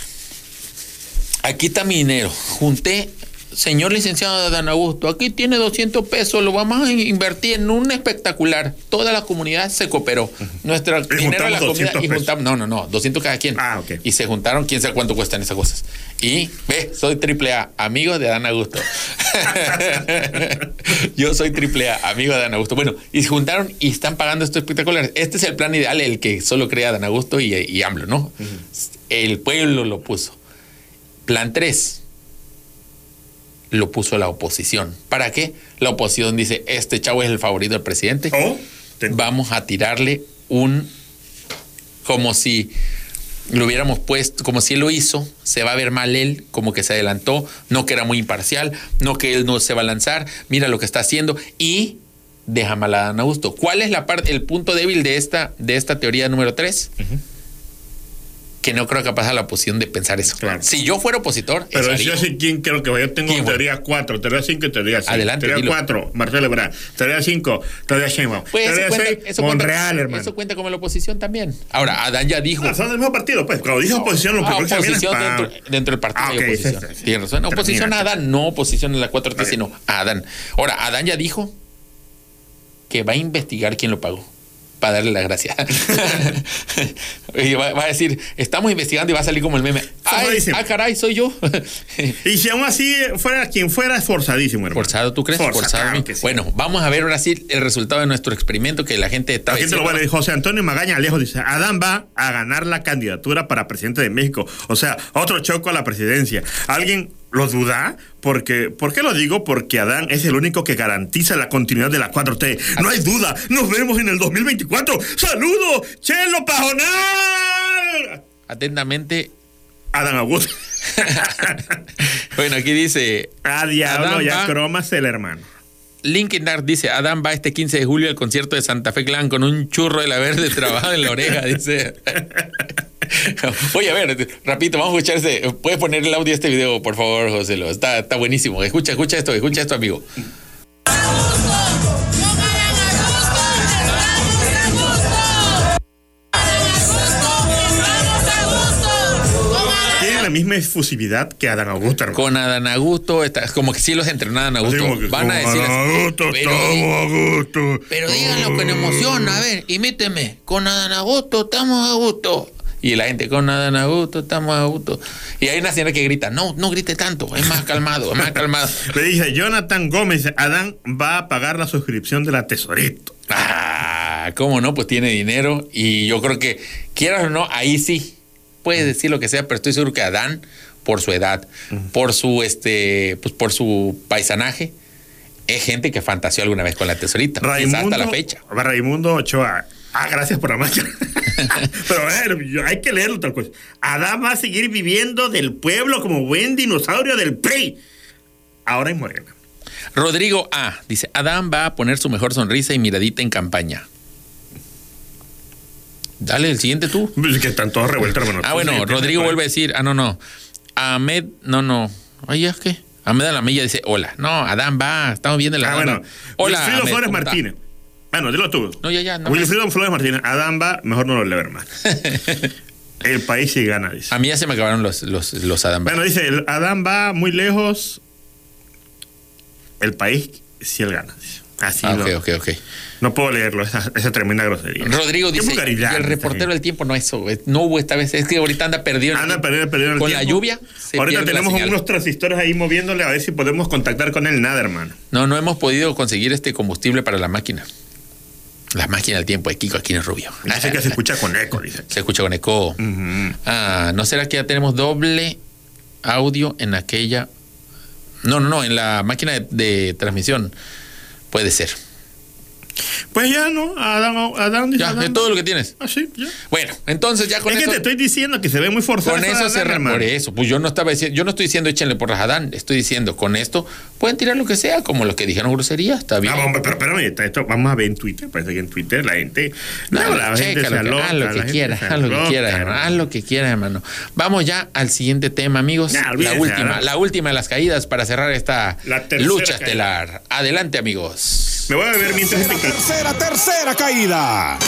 Speaker 5: aquí está mi dinero, junté, señor licenciado Dan Augusto, aquí tiene 200 pesos, lo vamos a in- invertir en un espectacular. Toda la comunidad se cooperó. Nuestro dinero de la
Speaker 6: juntamos
Speaker 5: comida
Speaker 6: 200
Speaker 5: y
Speaker 6: pesos.
Speaker 5: juntamos, no, no, no, 200 cada quien.
Speaker 6: Ah, ok.
Speaker 5: Y se juntaron, quién sabe cuánto cuestan esas cosas. Y ve, soy triple A, amigo de Dan Augusto. Yo soy triple A, amigo de Dan Augusto. Bueno, y se juntaron y están pagando estos espectaculares. Este es el plan ideal, el que solo crea Dan Augusto y, y AMLO, ¿no? El pueblo lo puso. Plan 3 lo puso la oposición. ¿Para qué? La oposición dice, este chavo es el favorito del presidente
Speaker 6: O te-
Speaker 5: vamos a tirarle un como si lo hubiéramos puesto, como si él lo hizo, se va a ver mal él, como que se adelantó, no que era muy imparcial, no que él no se va a lanzar, mira lo que está haciendo y deja mal a Dan Augusto. ¿Cuál es la parte, el punto débil de esta, de esta teoría número 3? Que no creo capaz a la oposición de pensar eso.
Speaker 6: Claro.
Speaker 5: Si yo fuera opositor, eso
Speaker 6: Pero
Speaker 5: haría.
Speaker 6: yo sé quién creo que va. Yo tengo
Speaker 5: ¿Quién, güey?
Speaker 6: teoría 4, teoría 5 y teoría 6.
Speaker 5: Adelante,
Speaker 6: Teoría
Speaker 5: dilo.
Speaker 6: 4, Marcelo Ebrard. Teoría 5, teoría Sheinbaum.
Speaker 5: Pues eso
Speaker 6: teoría
Speaker 5: cuenta,
Speaker 6: 6,
Speaker 5: eso cuenta-
Speaker 6: Monreal, hermano.
Speaker 5: eso cuenta como la oposición también. Ahora, Adán ya dijo.
Speaker 6: Ah, son del mismo partido, pues. Cuando dije oposición, lo
Speaker 5: Ah,
Speaker 6: primero que se viene es
Speaker 5: oposición
Speaker 6: pa-
Speaker 5: dentro, dentro del partido
Speaker 6: Ah,
Speaker 5: hay
Speaker 6: ok,
Speaker 5: oposición.
Speaker 6: sí, sí, sí.
Speaker 5: Tienes razón. Oposición a
Speaker 6: Termina.
Speaker 5: Adán, no oposición en la 4T,
Speaker 6: Está bien.
Speaker 5: sino a Adán. Ahora, Adán ya dijo que va a investigar quién lo pagó para darle la gracia. Y va, va a decir, estamos investigando y va a salir como el meme. Ay,
Speaker 6: Forradísimo.
Speaker 5: ah, caray, soy yo.
Speaker 6: Y si aún así fuera quien fuera, es forzadísimo, hermano.
Speaker 5: Forzado, ¿tú crees?
Speaker 6: Forza,
Speaker 5: Forzado.
Speaker 6: claro
Speaker 5: ¿no?
Speaker 6: que sí.
Speaker 5: Bueno, vamos a ver ahora sí el resultado de nuestro experimento que la gente está
Speaker 6: La gente lo
Speaker 5: diciendo.
Speaker 6: vale. José Antonio Magaña Alejo dice: Adán va a ganar la candidatura para presidente de México. O sea, otro choco a la presidencia. ¿Alguien lo duda? Porque, ¿Por qué lo digo? Porque Adán es el único que garantiza la continuidad de la 4T. No hay duda. Nos vemos en el 2024. ¡Saludos! ¡Chelo Pajonal!
Speaker 5: Atentamente.
Speaker 6: Adán Augusto.
Speaker 5: bueno, aquí dice
Speaker 6: ah, diablo,
Speaker 5: Adán
Speaker 6: ya
Speaker 5: va-
Speaker 6: cromas el hermano.
Speaker 5: Linkin Park dice, Adán va este 15 de julio al concierto de Santa Fe Clan con un churro de la verde trabajado en la oreja, dice. Oye, a ver, rapidito, vamos a escuchar ese. ¿Puedes poner el audio de este video, por favor, José? Lo, está, está buenísimo. Escucha, escucha esto, escucha esto, amigo.
Speaker 6: ¿Quién la misma efusividad que Adán Augusto. hermano.
Speaker 5: Con Adán Augusto, está- como que sí los entrenaban a
Speaker 6: Así
Speaker 5: Augusto.
Speaker 6: como que,
Speaker 5: Van a
Speaker 6: como
Speaker 5: decir.
Speaker 6: Adán Augusto,
Speaker 5: pero-
Speaker 6: estamos a gusto.
Speaker 5: Pero díganlo con emoción, a ver, imíteme. Con Adán Augusto estamos a gusto. Y la gente con Adán Augusto estamos a gusto. Y hay una señora que grita, no, no grite tanto, es más calmado, es más calmado.
Speaker 6: Le dice Jonathan Gómez, Adán va a pagar la suscripción de la tesorito.
Speaker 5: Ah, cómo no, pues tiene dinero y yo creo que, quieras o no, ahí sí, puedes decir lo que sea, pero estoy seguro que Adán, por su edad, por su, este, pues por su paisanaje, es gente que fantaseó alguna vez con la tesorita, quizás hasta la fecha.
Speaker 6: Raimundo Ochoa. Ah, gracias por la magia. Pero a ver, yo- hay que leerlo tal cosa. Adán va a seguir viviendo del pueblo como buen dinosaurio del PRI. Ahora en Morena.
Speaker 5: Rodrigo A. Dice, Adán va a poner su mejor sonrisa y miradita en campaña. Dale el siguiente tú.
Speaker 6: Pues Que están todos revueltos, hermano.
Speaker 5: Ah, bueno, Rodrigo vuelve a decir, ah, no, no. Ahmed, no, no. Ay, ¿es qué? Ahmed a la milla dice, hola. No, Adán va, estamos viendo la
Speaker 6: Ah, bueno.
Speaker 5: Hola.
Speaker 6: Wilfrido
Speaker 5: Ahmed,
Speaker 6: Flores
Speaker 5: ¿cómo está?
Speaker 6: Martínez. Bueno, dilo tú.
Speaker 5: No, ya, ya, no
Speaker 6: Wilfrido Flores Martínez. Adán va, mejor no lo leo, hermano. El país sí gana, dice.
Speaker 5: A mí ya se me acabaron los, los, los Adán va.
Speaker 6: Bueno, dice, el Adán va muy lejos. El país sí él gana. dice. Así
Speaker 5: Ah,
Speaker 6: lo-
Speaker 5: ok, ok, ok.
Speaker 6: No puedo leerlo, esa, esa tremenda grosería.
Speaker 5: Rodrigo
Speaker 6: Qué
Speaker 5: dice, y
Speaker 6: vulgaridad,
Speaker 5: el reportero del tiempo no eso, güey. no hubo esta vez, es que ahorita anda perdido. el
Speaker 6: Ana
Speaker 5: tiempo.
Speaker 6: perdió, perdió el
Speaker 5: Con la
Speaker 6: tiempo.
Speaker 5: lluvia. se
Speaker 6: Ahorita
Speaker 5: pierde la
Speaker 6: tenemos
Speaker 5: señal.
Speaker 6: unos transistores ahí moviéndole a ver si podemos contactar con él. Nada, hermano.
Speaker 5: No, no hemos podido conseguir este combustible para la máquina. La máquina del tiempo de Kiko Aquino Rubio.
Speaker 6: Dice que se escucha Mm. con eco, dice.
Speaker 5: Se escucha con eco.
Speaker 6: Ujú.
Speaker 5: Ah, ¿no será que ya tenemos doble audio en aquella? No, no, no, en la máquina de, de transmisión. Puede ser.
Speaker 6: Pues ya, ¿no? Adán, Adán dice
Speaker 5: Ya,
Speaker 6: Adán.
Speaker 5: es todo lo que tienes.
Speaker 6: Ah, sí, ya.
Speaker 5: Bueno, entonces ya con
Speaker 6: es que
Speaker 5: eso,
Speaker 6: te estoy diciendo que se ve muy forzado.
Speaker 5: con
Speaker 6: eso de
Speaker 5: eso se
Speaker 6: Adán,
Speaker 5: re-
Speaker 6: hermano.
Speaker 5: Por eso, pues yo no estaba diciendo, yo no estoy diciendo échenle por las Adán, estoy diciendo con esto pueden tirar lo que sea, como los que dijeron grosería, está bien.
Speaker 6: Ah, vamos, pero, pero, pero, esto, vamos a ver en Twitter. Parece que en Twitter la gente.
Speaker 5: Dale,
Speaker 6: No, la gente
Speaker 5: checa lo
Speaker 6: se
Speaker 5: que-
Speaker 6: aloca.
Speaker 5: haz lo
Speaker 6: la
Speaker 5: que
Speaker 6: gente
Speaker 5: quiera,
Speaker 6: se
Speaker 5: haz lo que
Speaker 6: aloca,
Speaker 5: quiera, hermano, haz lo que quiera, hermano. Vamos ya al siguiente tema, amigos.
Speaker 6: Ya,
Speaker 5: la
Speaker 6: olvídense,
Speaker 5: última,
Speaker 6: ¿verdad?
Speaker 5: la última de las caídas para cerrar esta
Speaker 6: La tercera
Speaker 5: lucha
Speaker 6: caída.
Speaker 5: estelar. Adelante, amigos.
Speaker 6: Me voy a beber mientras este
Speaker 2: Tercera, tercera caída.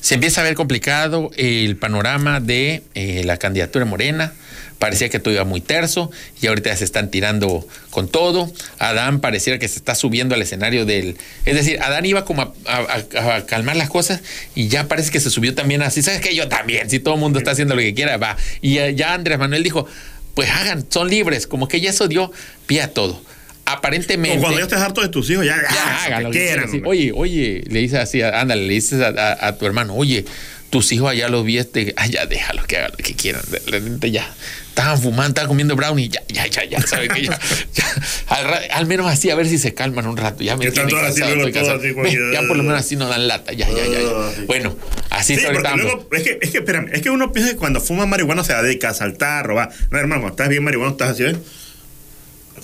Speaker 5: Se empieza a ver complicado el panorama de eh, la candidatura morena. Parecía que todo iba muy terso y ahorita ya se están tirando con todo. Adán pareciera que se está subiendo al escenario del... Es decir, Adán iba como a, a- a- a calmar las cosas y ya parece que se subió también así. ¿Sabes qué? Yo también. Si todo el mundo está haciendo lo que quiera, va. Y eh, ya Andrés Manuel dijo, pues hagan, son libres. Como que ya eso dio pie a todo. Aparentemente...
Speaker 6: O cuando ya estés harto de tus hijos, ya,
Speaker 5: Ya,
Speaker 6: ya,
Speaker 5: hagan
Speaker 6: lo
Speaker 5: lo
Speaker 6: que
Speaker 5: que
Speaker 6: quieran.
Speaker 5: quieran, sí.
Speaker 6: hombre.
Speaker 5: Oye, oye, le dices así, á- ándale, le dices a, a- a tu hermano, oye, tus hijos allá los viste, allá déjalo que hagan lo que quieran. De repente ya estaban fumando, estaban comiendo brownie, ya, ya, ya, ya, ¿sabes qué? Ya, ya. al, ra- al menos así, a ver si se calman un rato. Ya me
Speaker 6: Que están
Speaker 5: tienen
Speaker 6: todos así,
Speaker 5: cansado,
Speaker 6: luego
Speaker 5: estoy cansado.
Speaker 6: todos así, como
Speaker 5: Ve,
Speaker 6: que-
Speaker 5: Ya por lo menos así no dan lata, ya, ya, ya. ya.
Speaker 6: Ah, sí.
Speaker 5: Bueno, así
Speaker 6: Sí,
Speaker 5: está
Speaker 6: porque
Speaker 5: ahorita. ambos.
Speaker 6: luego, es que, es que, espérame, es que uno piensa que cuando fuma marihuana se dedica a saltar, a robar. No, hermano, cuando estás bien marihuana, estás así, ¿ves?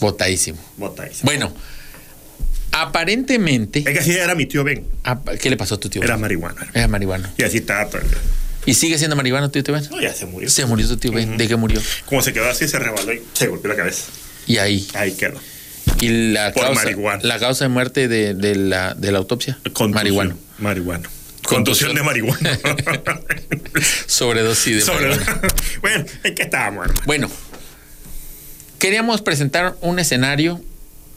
Speaker 5: Botadísimo.
Speaker 6: Bota ahí.
Speaker 5: Bueno, aparentemente,
Speaker 6: Es que así era mi tío Ben,
Speaker 5: apa- ¿qué le pasó a tu tío?
Speaker 6: era marihuana. hermano.
Speaker 5: Era marihuano.
Speaker 6: Y así estaba todo el día.
Speaker 5: ¿Y sigue siendo marihuano tu tío Ben?
Speaker 6: No, ya se murió.
Speaker 5: Se murió tu tío Ben. ¿De qué murió?
Speaker 6: Como se quedó así, se rebaló y se golpeó la cabeza.
Speaker 5: Y ahí.
Speaker 6: Ahí quedó.
Speaker 5: Y la
Speaker 6: Por
Speaker 5: causa,
Speaker 6: marihuana.
Speaker 5: la causa de muerte de, de la, de la autopsia.
Speaker 6: Contusión.
Speaker 5: Marihuana.
Speaker 6: Marihuana. Contusión de marihuana.
Speaker 5: Sobredosis de
Speaker 6: Sobre
Speaker 5: marihuana.
Speaker 6: bueno, es que estábamos, hermano.
Speaker 5: Bueno, queríamos presentar un escenario,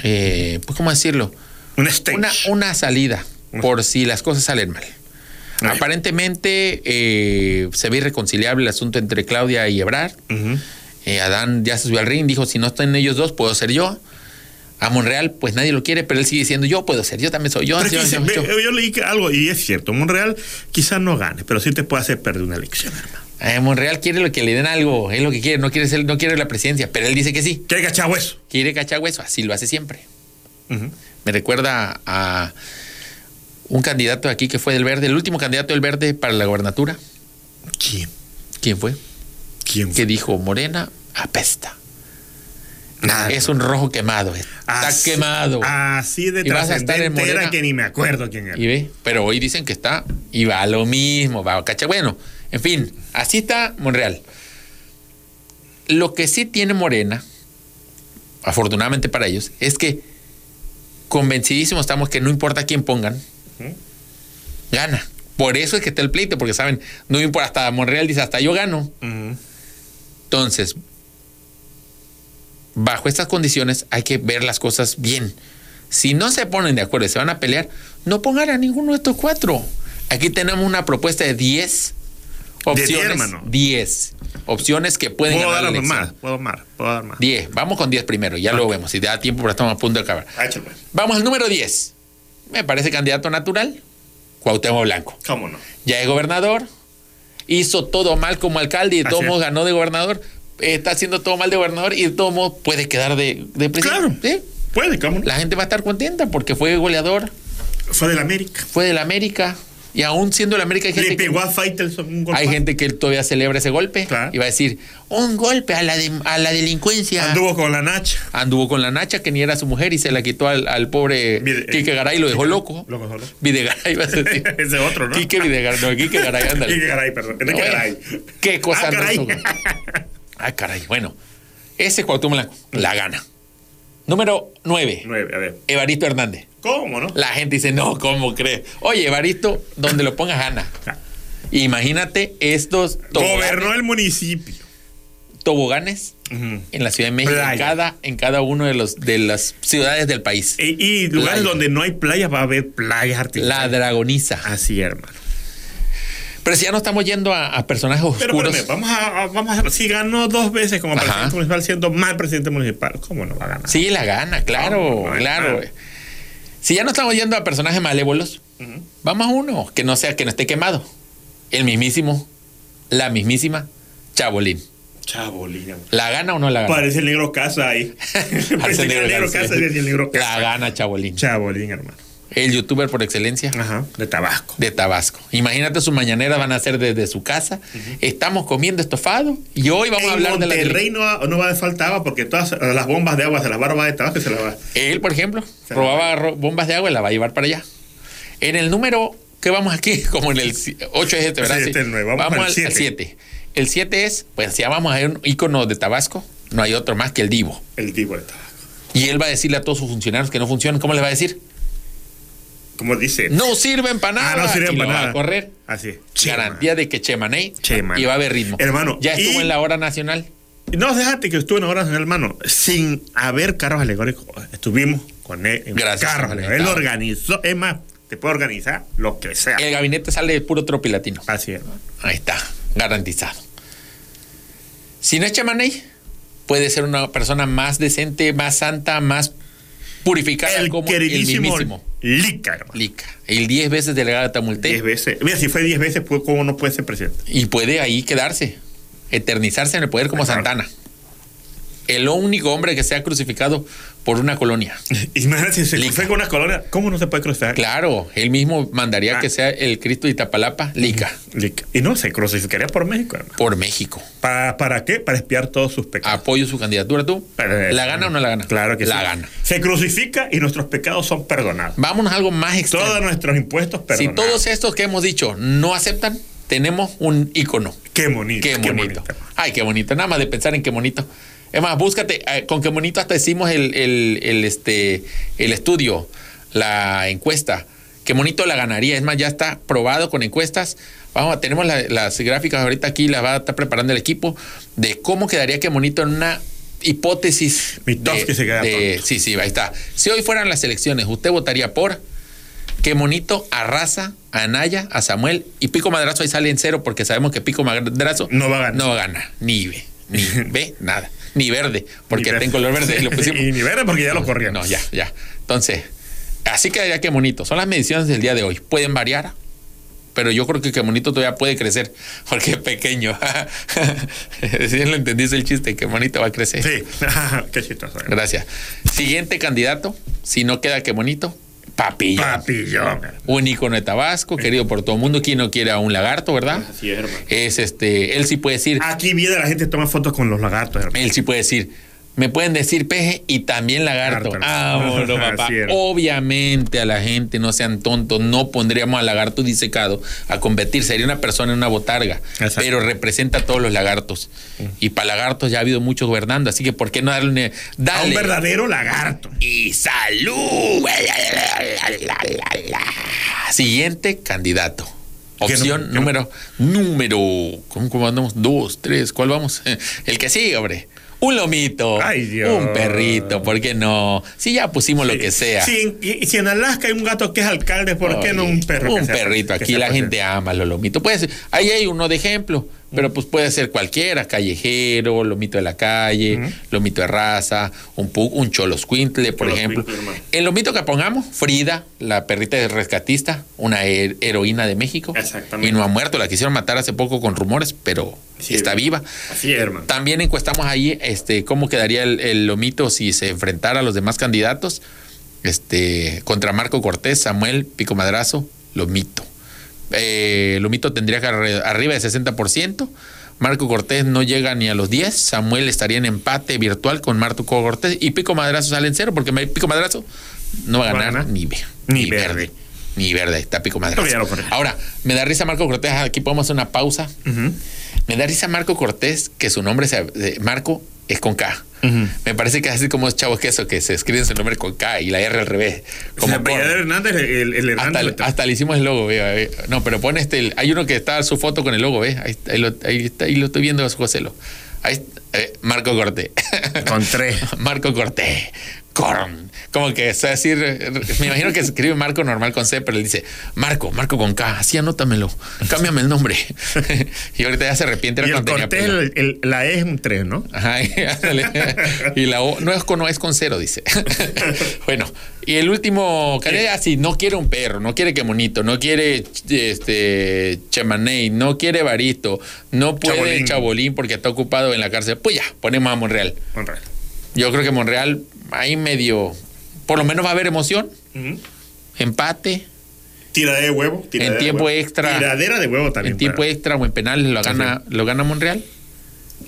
Speaker 5: eh, pues, ¿cómo decirlo?
Speaker 6: Un stage.
Speaker 5: Una, una salida
Speaker 6: Una-
Speaker 5: por si las cosas salen mal.
Speaker 6: Ay.
Speaker 5: Aparentemente eh, se ve irreconciliable el asunto entre Claudia y Ebrard.
Speaker 6: Ujú.
Speaker 5: Eh, Adán ya se subió al ring, dijo, si no están ellos dos, puedo ser yo. A Monreal, pues nadie lo quiere, pero él sigue diciendo, yo puedo ser, yo también soy yo.
Speaker 6: Pero es que
Speaker 5: yo,
Speaker 6: dice,
Speaker 5: yo, yo".
Speaker 6: ve, yo leí que algo, y es cierto, Monreal quizás no gane, pero sí te puede hacer perder una elección, hermano.
Speaker 5: Eh, Monreal quiere lo que le den algo, es lo que quiere, no quiere ser, no quiere la presidencia, pero él dice que sí,
Speaker 6: ¿Qué cachado eso?
Speaker 5: quiere cachahueso, así lo hace siempre.
Speaker 6: Ujú.
Speaker 5: Me recuerda a un candidato aquí que fue del verde, el último candidato del verde para la gobernatura.
Speaker 6: ¿Quién?
Speaker 5: ¿Quién fue?
Speaker 6: ¿Quién?
Speaker 5: Que dijo Morena apesta.
Speaker 6: Nada.
Speaker 5: es un rojo quemado. Está
Speaker 6: Así-
Speaker 5: quemado.
Speaker 6: Ah, Así de
Speaker 5: Y vas a estar en
Speaker 6: trascendente era
Speaker 5: Morena.
Speaker 6: que ni me acuerdo quién era.
Speaker 5: Y ve, pero hoy dicen que está y va a lo mismo, va a cacha. Bueno, en fin, así está Monreal. Lo que sí tiene Morena, afortunadamente para ellos, es que convencidísimos estamos que no importa quién pongan, gana. Por eso es que está el pleito, porque saben, no importa, hasta Monreal dice, hasta yo gano. Entonces, bajo estas condiciones hay que ver las cosas bien. Si no se ponen de acuerdo y se van a pelear, no pongan a ninguno de estos cuatro. Aquí tenemos una propuesta de 10
Speaker 6: diez,
Speaker 5: opciones.
Speaker 6: hermano.
Speaker 5: 10 opciones que pueden
Speaker 6: Puedo
Speaker 5: ganar la
Speaker 6: dar
Speaker 5: elección.
Speaker 6: más, puedo dar puedo dar más.
Speaker 5: 10, vamos con 10 primero, ya luego vemos. Si te da tiempo, pero estamos a punto de acabar.
Speaker 6: Échalo.
Speaker 5: Vamos al número 10. Me parece candidato natural, Cuauhtémoc Blanco.
Speaker 6: ¿Cómo no?
Speaker 5: Ya es gobernador, hizo todo mal como alcalde y de
Speaker 6: Así
Speaker 5: todos
Speaker 6: es.
Speaker 5: modos ganó de gobernador. eh, Está haciendo todo mal de gobernador y de todos modos puede quedar de, de
Speaker 6: Claro.
Speaker 5: presidente. ¿sí?
Speaker 6: Puede, ¿cómo no?
Speaker 5: La gente va a estar contenta porque fue goleador,
Speaker 6: Fue del América.
Speaker 5: fue del América y aún siendo del América hay
Speaker 6: Le
Speaker 5: gente que
Speaker 6: pegó a Faitelson un gol.
Speaker 5: hay gente que todavía celebra ese golpe
Speaker 6: Claro.
Speaker 5: y va a decir un golpe a la, de- a la delincuencia. Anduvo.
Speaker 6: Anduvo con la Nacha.
Speaker 5: con la Nacha que ni era su mujer y se la quitó al, al pobre
Speaker 6: Vide-
Speaker 5: Quique Garay y lo dejó
Speaker 6: Quique-
Speaker 5: loco.
Speaker 6: lo dejó loco.
Speaker 5: Videgaray va a decir.
Speaker 6: Ese otro, ¿no?
Speaker 5: Quique Videgaray, no, Quique Garay, ándale.
Speaker 6: Quique Garay, perdón. Enrique
Speaker 5: Bueno,
Speaker 6: Garay.
Speaker 5: Qué cosa
Speaker 6: Ah,
Speaker 5: no
Speaker 6: caray.
Speaker 5: son, güey. Ah, caray. Bueno, ese Cuauhtémoc Blanco la gana. Número 9,
Speaker 6: Nueve, a ver.
Speaker 5: Evaristo Hernández.
Speaker 6: ¿Cómo no?
Speaker 5: La gente dice, no, ¿cómo crees? Oye, Evaristo, donde lo pongas gana. Imagínate estos toboganes,
Speaker 6: Ah, Gobernó el municipio.
Speaker 5: toboganes
Speaker 6: Ujú.
Speaker 5: en la Ciudad de México, en
Speaker 6: Playa.
Speaker 5: cada, en cada uno de, los, de las ciudades del país.
Speaker 6: Y, E, y lugares
Speaker 5: Playa.
Speaker 6: donde no hay playas va a haber playas
Speaker 5: La
Speaker 6: artificiales.
Speaker 5: dragoniza.
Speaker 6: Así, hermano.
Speaker 5: Pero si ya no estamos yendo a, a personajes
Speaker 6: Pero
Speaker 5: oscuros.
Speaker 6: espérame, vamos a, a- vamos a- si ganó dos veces como
Speaker 5: Ajá.
Speaker 6: presidente municipal siendo mal presidente municipal, ¿cómo no va a ganar?
Speaker 5: Sí, la gana, claro,
Speaker 6: No, no,
Speaker 5: claro.
Speaker 6: no.
Speaker 5: Si ya no estamos yendo a personajes malévolos, vamos a uno que no sea que no esté quemado. El mismísimo, la mismísima Chabolín.
Speaker 6: Chabolina.
Speaker 5: ¿La gana o no la gana?
Speaker 6: Parece el negro casa ahí.
Speaker 5: Parece
Speaker 6: Parece que el negro casa y el negro
Speaker 5: La
Speaker 6: casa.
Speaker 5: gana Chabolín.
Speaker 6: Chabolín, hermano.
Speaker 5: El youtuber por excelencia
Speaker 6: Ajá. De Tabasco.
Speaker 5: de Tabasco. Imagínate sus mañaneras van a ser desde su casa. Estamos comiendo estofado y hoy vamos a
Speaker 6: en
Speaker 5: hablar de la
Speaker 6: Monterrey
Speaker 5: delincuencia.
Speaker 6: no, va- no va a faltar agua porque todas las bombas de agua se las va a robar de Tabasco y se las va.
Speaker 5: Él, por ejemplo,
Speaker 6: Se la
Speaker 5: robaba ro- bombas de agua y la va a llevar para allá. En el número que vamos aquí, como en el 8 es este, ¿verdad?
Speaker 6: Sí,
Speaker 5: Sí.
Speaker 6: este es el nueve, vamos al siete.
Speaker 5: 7. El 7 es, pues ya vamos a un ícono de Tabasco, no hay otro más que el Divo.
Speaker 6: El tipo de Tabasco.
Speaker 5: Y él va a decirle a todos sus funcionarios que no funcionan, ¿cómo les va a decir?
Speaker 6: Como dice.
Speaker 5: No sirven para nada.
Speaker 6: Ah, no sirven
Speaker 5: Y lo
Speaker 6: para
Speaker 5: va
Speaker 6: nada.
Speaker 5: a correr.
Speaker 6: Así.
Speaker 5: Garantía de que Chemaney
Speaker 6: Che, man.
Speaker 5: y va a haber ritmo.
Speaker 6: Hermano,
Speaker 5: Ya estuvo
Speaker 6: y-
Speaker 5: en la hora nacional.
Speaker 6: No, déjate que estuve en horas, hermano, sin haber carros alegóricos. Estuvimos con él en
Speaker 5: Gracias,
Speaker 6: carros alegóricos. Él
Speaker 5: conectado.
Speaker 6: organizó, es más, te puede organizar lo que sea.
Speaker 5: El gabinete sale de puro tropilatino.
Speaker 6: Así, hermano.
Speaker 5: Ahí está, garantizado. Si no es chamaney, puede ser una persona más decente, más santa, más purificada
Speaker 6: El
Speaker 5: como el
Speaker 6: queridísimo
Speaker 5: mismísimo
Speaker 6: Lica, hermano.
Speaker 5: Lica, el 10 veces delegado de
Speaker 6: Diez
Speaker 5: Tamulté
Speaker 6: veces. Mira, si fue diez veces, pues, ¿cómo no puede ser presidente?
Speaker 5: y puede ahí quedarse, eternizarse en el poder como
Speaker 6: Claro.
Speaker 5: Santana. El único hombre que sea crucificado por una colonia.
Speaker 6: Imagínate si se
Speaker 5: Lica.
Speaker 6: cruza con una colonia, ¿cómo no se puede cruzar?
Speaker 5: Claro, él mismo mandaría
Speaker 6: Ah.
Speaker 5: que sea el Cristo de Itapalapa, Lica,
Speaker 6: Lica. Y no, se crucificaría por México, hermano.
Speaker 5: por México.
Speaker 6: ¿Para, ¿Para qué? Para espiar todos sus pecados.
Speaker 5: Apoyo su candidatura, tú.
Speaker 6: Pero,
Speaker 5: Ah, ¿La gana o no la gana?
Speaker 6: Claro que
Speaker 5: la
Speaker 6: sí.
Speaker 5: gana.
Speaker 6: Se crucifica y nuestros pecados son perdonados.
Speaker 5: Vámonos a algo más extremo.
Speaker 6: Todos nuestros impuestos
Speaker 5: Si
Speaker 6: perdonados.
Speaker 5: todos estos que hemos dicho no aceptan, tenemos un ícono.
Speaker 6: Qué bonito.
Speaker 5: Qué bonito. Ay, qué bonito. Nada más de pensar en qué bonito. Es más, búscate, eh, con qué bonito hasta hicimos el, el- el, este, el estudio, la encuesta. Qué bonito la ganaría. Es más, ya está probado con encuestas. Vamos, tenemos la- las gráficas ahorita aquí, las va a estar preparando el equipo, de cómo quedaría qué bonito en una hipótesis.
Speaker 6: Mi tos que se queda tonto.
Speaker 5: Sí, sí, ahí está. Si hoy fueran las elecciones, ¿usted votaría por? Qué bonito arrasa a Anaya, a Samuel y Pico Madrazo ahí sale en cero porque sabemos que Pico Madrazo
Speaker 6: No va a ganar.
Speaker 5: No gana, ni ve, ni ve nada, ni verde, porque
Speaker 6: Ni
Speaker 5: está en color verde. Lo pusimos.
Speaker 6: y ni verde porque ya lo corrían.
Speaker 5: No, ya, ya. Entonces, así quedaría qué bonito. Son las mediciones del día de hoy. Pueden variar, pero yo creo que qué bonito todavía puede crecer porque es pequeño. si lo entendiste el chiste, qué bonito va a crecer.
Speaker 6: Sí. Qué chistoso. ¿eh?
Speaker 5: Gracias. Siguiente candidato, si no queda qué bonito, Papillo.
Speaker 6: Papillón.
Speaker 5: Un ícono de Tabasco, querido por todo el mundo. ¿Quién no quiere a un lagarto, verdad?
Speaker 6: Así es, hermano.
Speaker 5: Es este, él sí puede decir,
Speaker 6: Aquí viene la gente toma fotos con los lagartos, hermano.
Speaker 5: él sí puede decir, me pueden decir peje y también lagarto.
Speaker 6: Lagarto,
Speaker 5: Ah,
Speaker 6: hermano.
Speaker 5: bueno, papá.
Speaker 6: Así es.
Speaker 5: Obviamente a la gente, no sean tontos, no pondríamos al lagarto disecado a competir. Sería una persona en una botarga,
Speaker 6: Exacto.
Speaker 5: pero representa a todos los lagartos. Y para lagartos ya ha habido muchos gobernando, así que ¿por qué no darle una-
Speaker 6: A un
Speaker 5: dale?
Speaker 6: verdadero lagarto.
Speaker 5: y salud. Siguiente candidato. Opción
Speaker 6: ¿Qué no-
Speaker 5: número, número, ¿cómo, cómo andamos? Dos, tres, ¿cuál vamos? El que sigue, hombre. Un lomito.
Speaker 6: Ay, Dios.
Speaker 5: Un perrito, ¿por qué no? Si ya pusimos lo que sea.
Speaker 6: Si, y- si en Alaska hay un gato que es alcalde, ¿por qué
Speaker 5: Oye,
Speaker 6: no un perro? que
Speaker 5: Un
Speaker 6: sea-
Speaker 5: perrito.
Speaker 6: que
Speaker 5: Aquí
Speaker 6: sea pues
Speaker 5: la
Speaker 6: presidente?
Speaker 5: gente ama los lomitos. Puede ser, ahí hay uno de ejemplo, pero pues puede ser cualquiera, callejero, lomito de la calle, lomito de raza, un pug, un choloscuintle, por
Speaker 6: Choloscuintle,
Speaker 5: ejemplo.
Speaker 6: hermano.
Speaker 5: El lomito que pongamos, Frida, la perrita de rescatista, una he- heroína de México.
Speaker 6: Exactamente.
Speaker 5: Y no ha muerto, la quisieron matar hace poco con rumores, pero
Speaker 6: Sí,
Speaker 5: está viva.
Speaker 6: Así es, hermano.
Speaker 5: También encuestamos ahí este, cómo quedaría el, el lomito si se enfrentara a los demás candidatos. Este, contra Marco Cortés, Samuel Pico Madrazo, Lomito. Eh, Lomito tendría que arre- arriba de 60%. Marco Cortés no llega ni a los 10. Samuel estaría en empate virtual con Marco Cortés. Y Pico Madrazo sale en cero porque Ma- Pico Madrazo no va a
Speaker 6: No va a
Speaker 5: ganar,
Speaker 6: ganar.
Speaker 5: ni, ve-
Speaker 6: Ni verde.
Speaker 5: Ni verde, está Pico Madrazo.
Speaker 6: Todavía no corre.
Speaker 5: Ahora, me da risa Marco Cortés. Aquí podemos hacer una pausa.
Speaker 6: Ujú.
Speaker 5: Me da risa Marco Cortés, que su nombre, se- eh, Marco, es con K.
Speaker 6: Ujú.
Speaker 5: Me parece que es así como es chavo que eso, que se escriben su nombre con K y la R al revés.
Speaker 6: Como
Speaker 5: Como
Speaker 6: el apellido de
Speaker 5: corre.
Speaker 6: Hernández, el, el
Speaker 5: hasta,
Speaker 6: Hernández.
Speaker 5: le- hasta le hicimos el logo, vea, ve. No, pero pone este. el- Hay uno que está su foto con el logo, ¿ves? Ahí, está- ahí lo, ahí está- ahí lo estoy viendo, José. Lo. Ahí, está, eh, Marco Cortés.
Speaker 6: Con tres.
Speaker 5: Marco Cortés. Corn. Como que es decir, eh, me imagino que se escribe Marco normal con C, pero él dice Marco, Marco con K, así anótamelo, cámbiame el nombre. y ahorita ya se arrepiente era
Speaker 6: Y el
Speaker 5: cuando tenía
Speaker 6: Cortés,
Speaker 5: pelo.
Speaker 6: el- el- la E es un 3, ¿no?
Speaker 5: Ajá, y ándale. y la O, no es con O, es con cero, dice. bueno, y el último, Canela, así, no quiere un perro, no quiere que monito, no quiere este Chamaney, no quiere Barito, no puede
Speaker 6: Chabolín.
Speaker 5: Chabolín, porque está ocupado en la cárcel. Pues ya, ponemos a Monreal.
Speaker 6: Monreal.
Speaker 5: Yo creo que Monreal ahí medio, por lo menos va a haber emoción,
Speaker 6: Ujú.
Speaker 5: empate,
Speaker 6: Tiradera de huevo. tiradera de
Speaker 5: tiempo
Speaker 6: huevo.
Speaker 5: extra.
Speaker 6: Tiradera de huevo también.
Speaker 5: en tiempo
Speaker 6: para-
Speaker 5: extra o en penales lo gana, lo gana Monreal.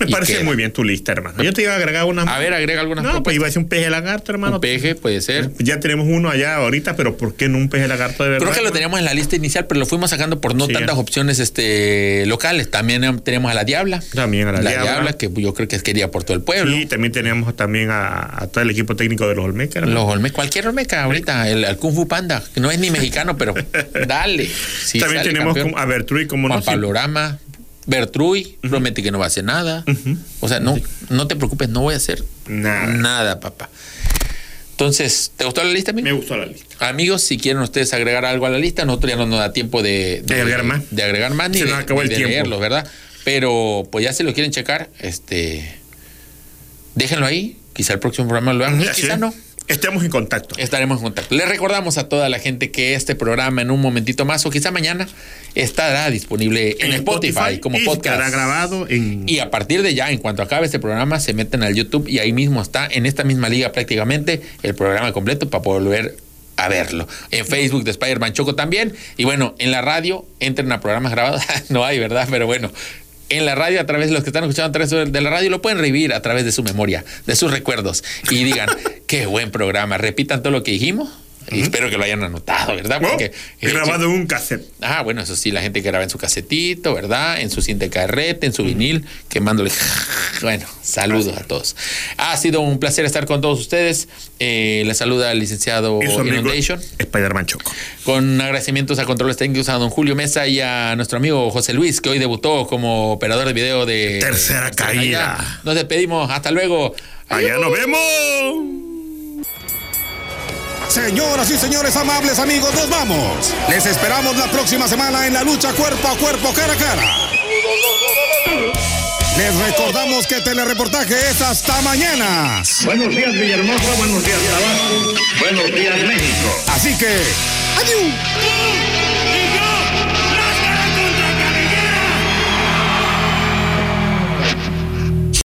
Speaker 6: Me
Speaker 5: y
Speaker 6: parece
Speaker 5: queda.
Speaker 6: muy bien tu lista, hermano. Yo te iba a agregar unas.
Speaker 5: A ver, agrega algunas
Speaker 6: No, pues
Speaker 5: propuestas.
Speaker 6: iba a ser un peje lagarto, hermano.
Speaker 5: Un peje puede ser.
Speaker 6: Ya tenemos uno allá ahorita, pero ¿por qué no un peje lagarto de verdad?
Speaker 5: Creo que lo
Speaker 6: hermano?
Speaker 5: teníamos en la lista inicial, pero lo fuimos sacando por no
Speaker 6: Sí.
Speaker 5: tantas opciones este, locales. También em, tenemos a la Diabla.
Speaker 6: También a la Diabla.
Speaker 5: que yo creo que es querida por todo el pueblo.
Speaker 6: Y también teníamos también a, a todo el equipo técnico de los Olmecas. hermano.
Speaker 5: Los Olmecas, cualquier Olmeca ahorita, el, el Kung Fu Panda, que no es ni mexicano, pero dale. Sí
Speaker 6: también
Speaker 5: sale
Speaker 6: tenemos
Speaker 5: campeón.
Speaker 6: como- a Bertrui como
Speaker 5: Juan
Speaker 6: no.
Speaker 5: Pablo Rama, Bertruy, promete que no va a hacer nada. O sea, no, no te preocupes, no voy a hacer
Speaker 6: Nada.
Speaker 5: nada, papá. Entonces, ¿te gustó la lista, amigo?
Speaker 6: Me gustó la lista.
Speaker 5: Amigos, si quieren ustedes agregar algo a la lista, nosotros ya no nos da tiempo de,
Speaker 6: De agregar más.
Speaker 5: de agregar más ni
Speaker 6: Se
Speaker 5: de,
Speaker 6: nos acabó
Speaker 5: ni
Speaker 6: el
Speaker 5: de
Speaker 6: tiempo.
Speaker 5: leerlos, ¿verdad? Pero pues ya si lo quieren checar, este déjenlo ahí, quizá el próximo programa lo hagamos,
Speaker 6: Así
Speaker 5: quizá
Speaker 6: es.
Speaker 5: no.
Speaker 6: Estemos ¿eh? en contacto.
Speaker 5: Estaremos en contacto. Les recordamos a toda la gente que este programa en un momentito más o quizá mañana estará disponible en, Spotify, como
Speaker 6: y
Speaker 5: podcast.
Speaker 6: Estará grabado en.
Speaker 5: Y a partir de ya, en cuanto acabe este programa, se meten al YouTube y ahí mismo está, en esta misma liga prácticamente, el programa completo para poder volver a verlo. En Facebook de Spider-Man Choco también. Y bueno, en la radio, entren a programas grabados. no hay, ¿verdad? Pero bueno. En la radio, a través de los que están escuchando a través de de la radio, lo pueden revivir a través de su memoria, de sus recuerdos. Y digan, qué buen programa. Repitan todo lo que dijimos. Y espero que lo hayan anotado, ¿verdad?
Speaker 6: Oh,
Speaker 5: Porque eh,
Speaker 6: grabado en un cassette.
Speaker 5: Ah, bueno, eso sí, la gente que graba en su casetito, ¿verdad? En su cinta de carrete, en su vinil, quemándole. Bueno, saludos a todos. Ha sido un placer estar con todos ustedes. Eh, les saluda el licenciado
Speaker 6: Y su amigo
Speaker 5: Inundation.
Speaker 6: Spider-Man Choco.
Speaker 5: Con agradecimientos a controles técnicos a don Julio Mesa y a nuestro amigo José Luis, que hoy debutó como operador de video de.
Speaker 6: Tercera caída.
Speaker 5: Nos despedimos. Hasta luego.
Speaker 6: Allá
Speaker 5: uh.
Speaker 6: nos vemos.
Speaker 2: Señoras y señores, amables amigos, nos vamos. Les esperamos la próxima semana en la lucha cuerpo a cuerpo, cara a cara. Les recordamos que telereportaje es hasta mañana.
Speaker 3: Buenos días, Villahermosa. Buenos días, Tabasco. Buenos días, México.
Speaker 2: Así que, adiós.
Speaker 3: ¡Gol!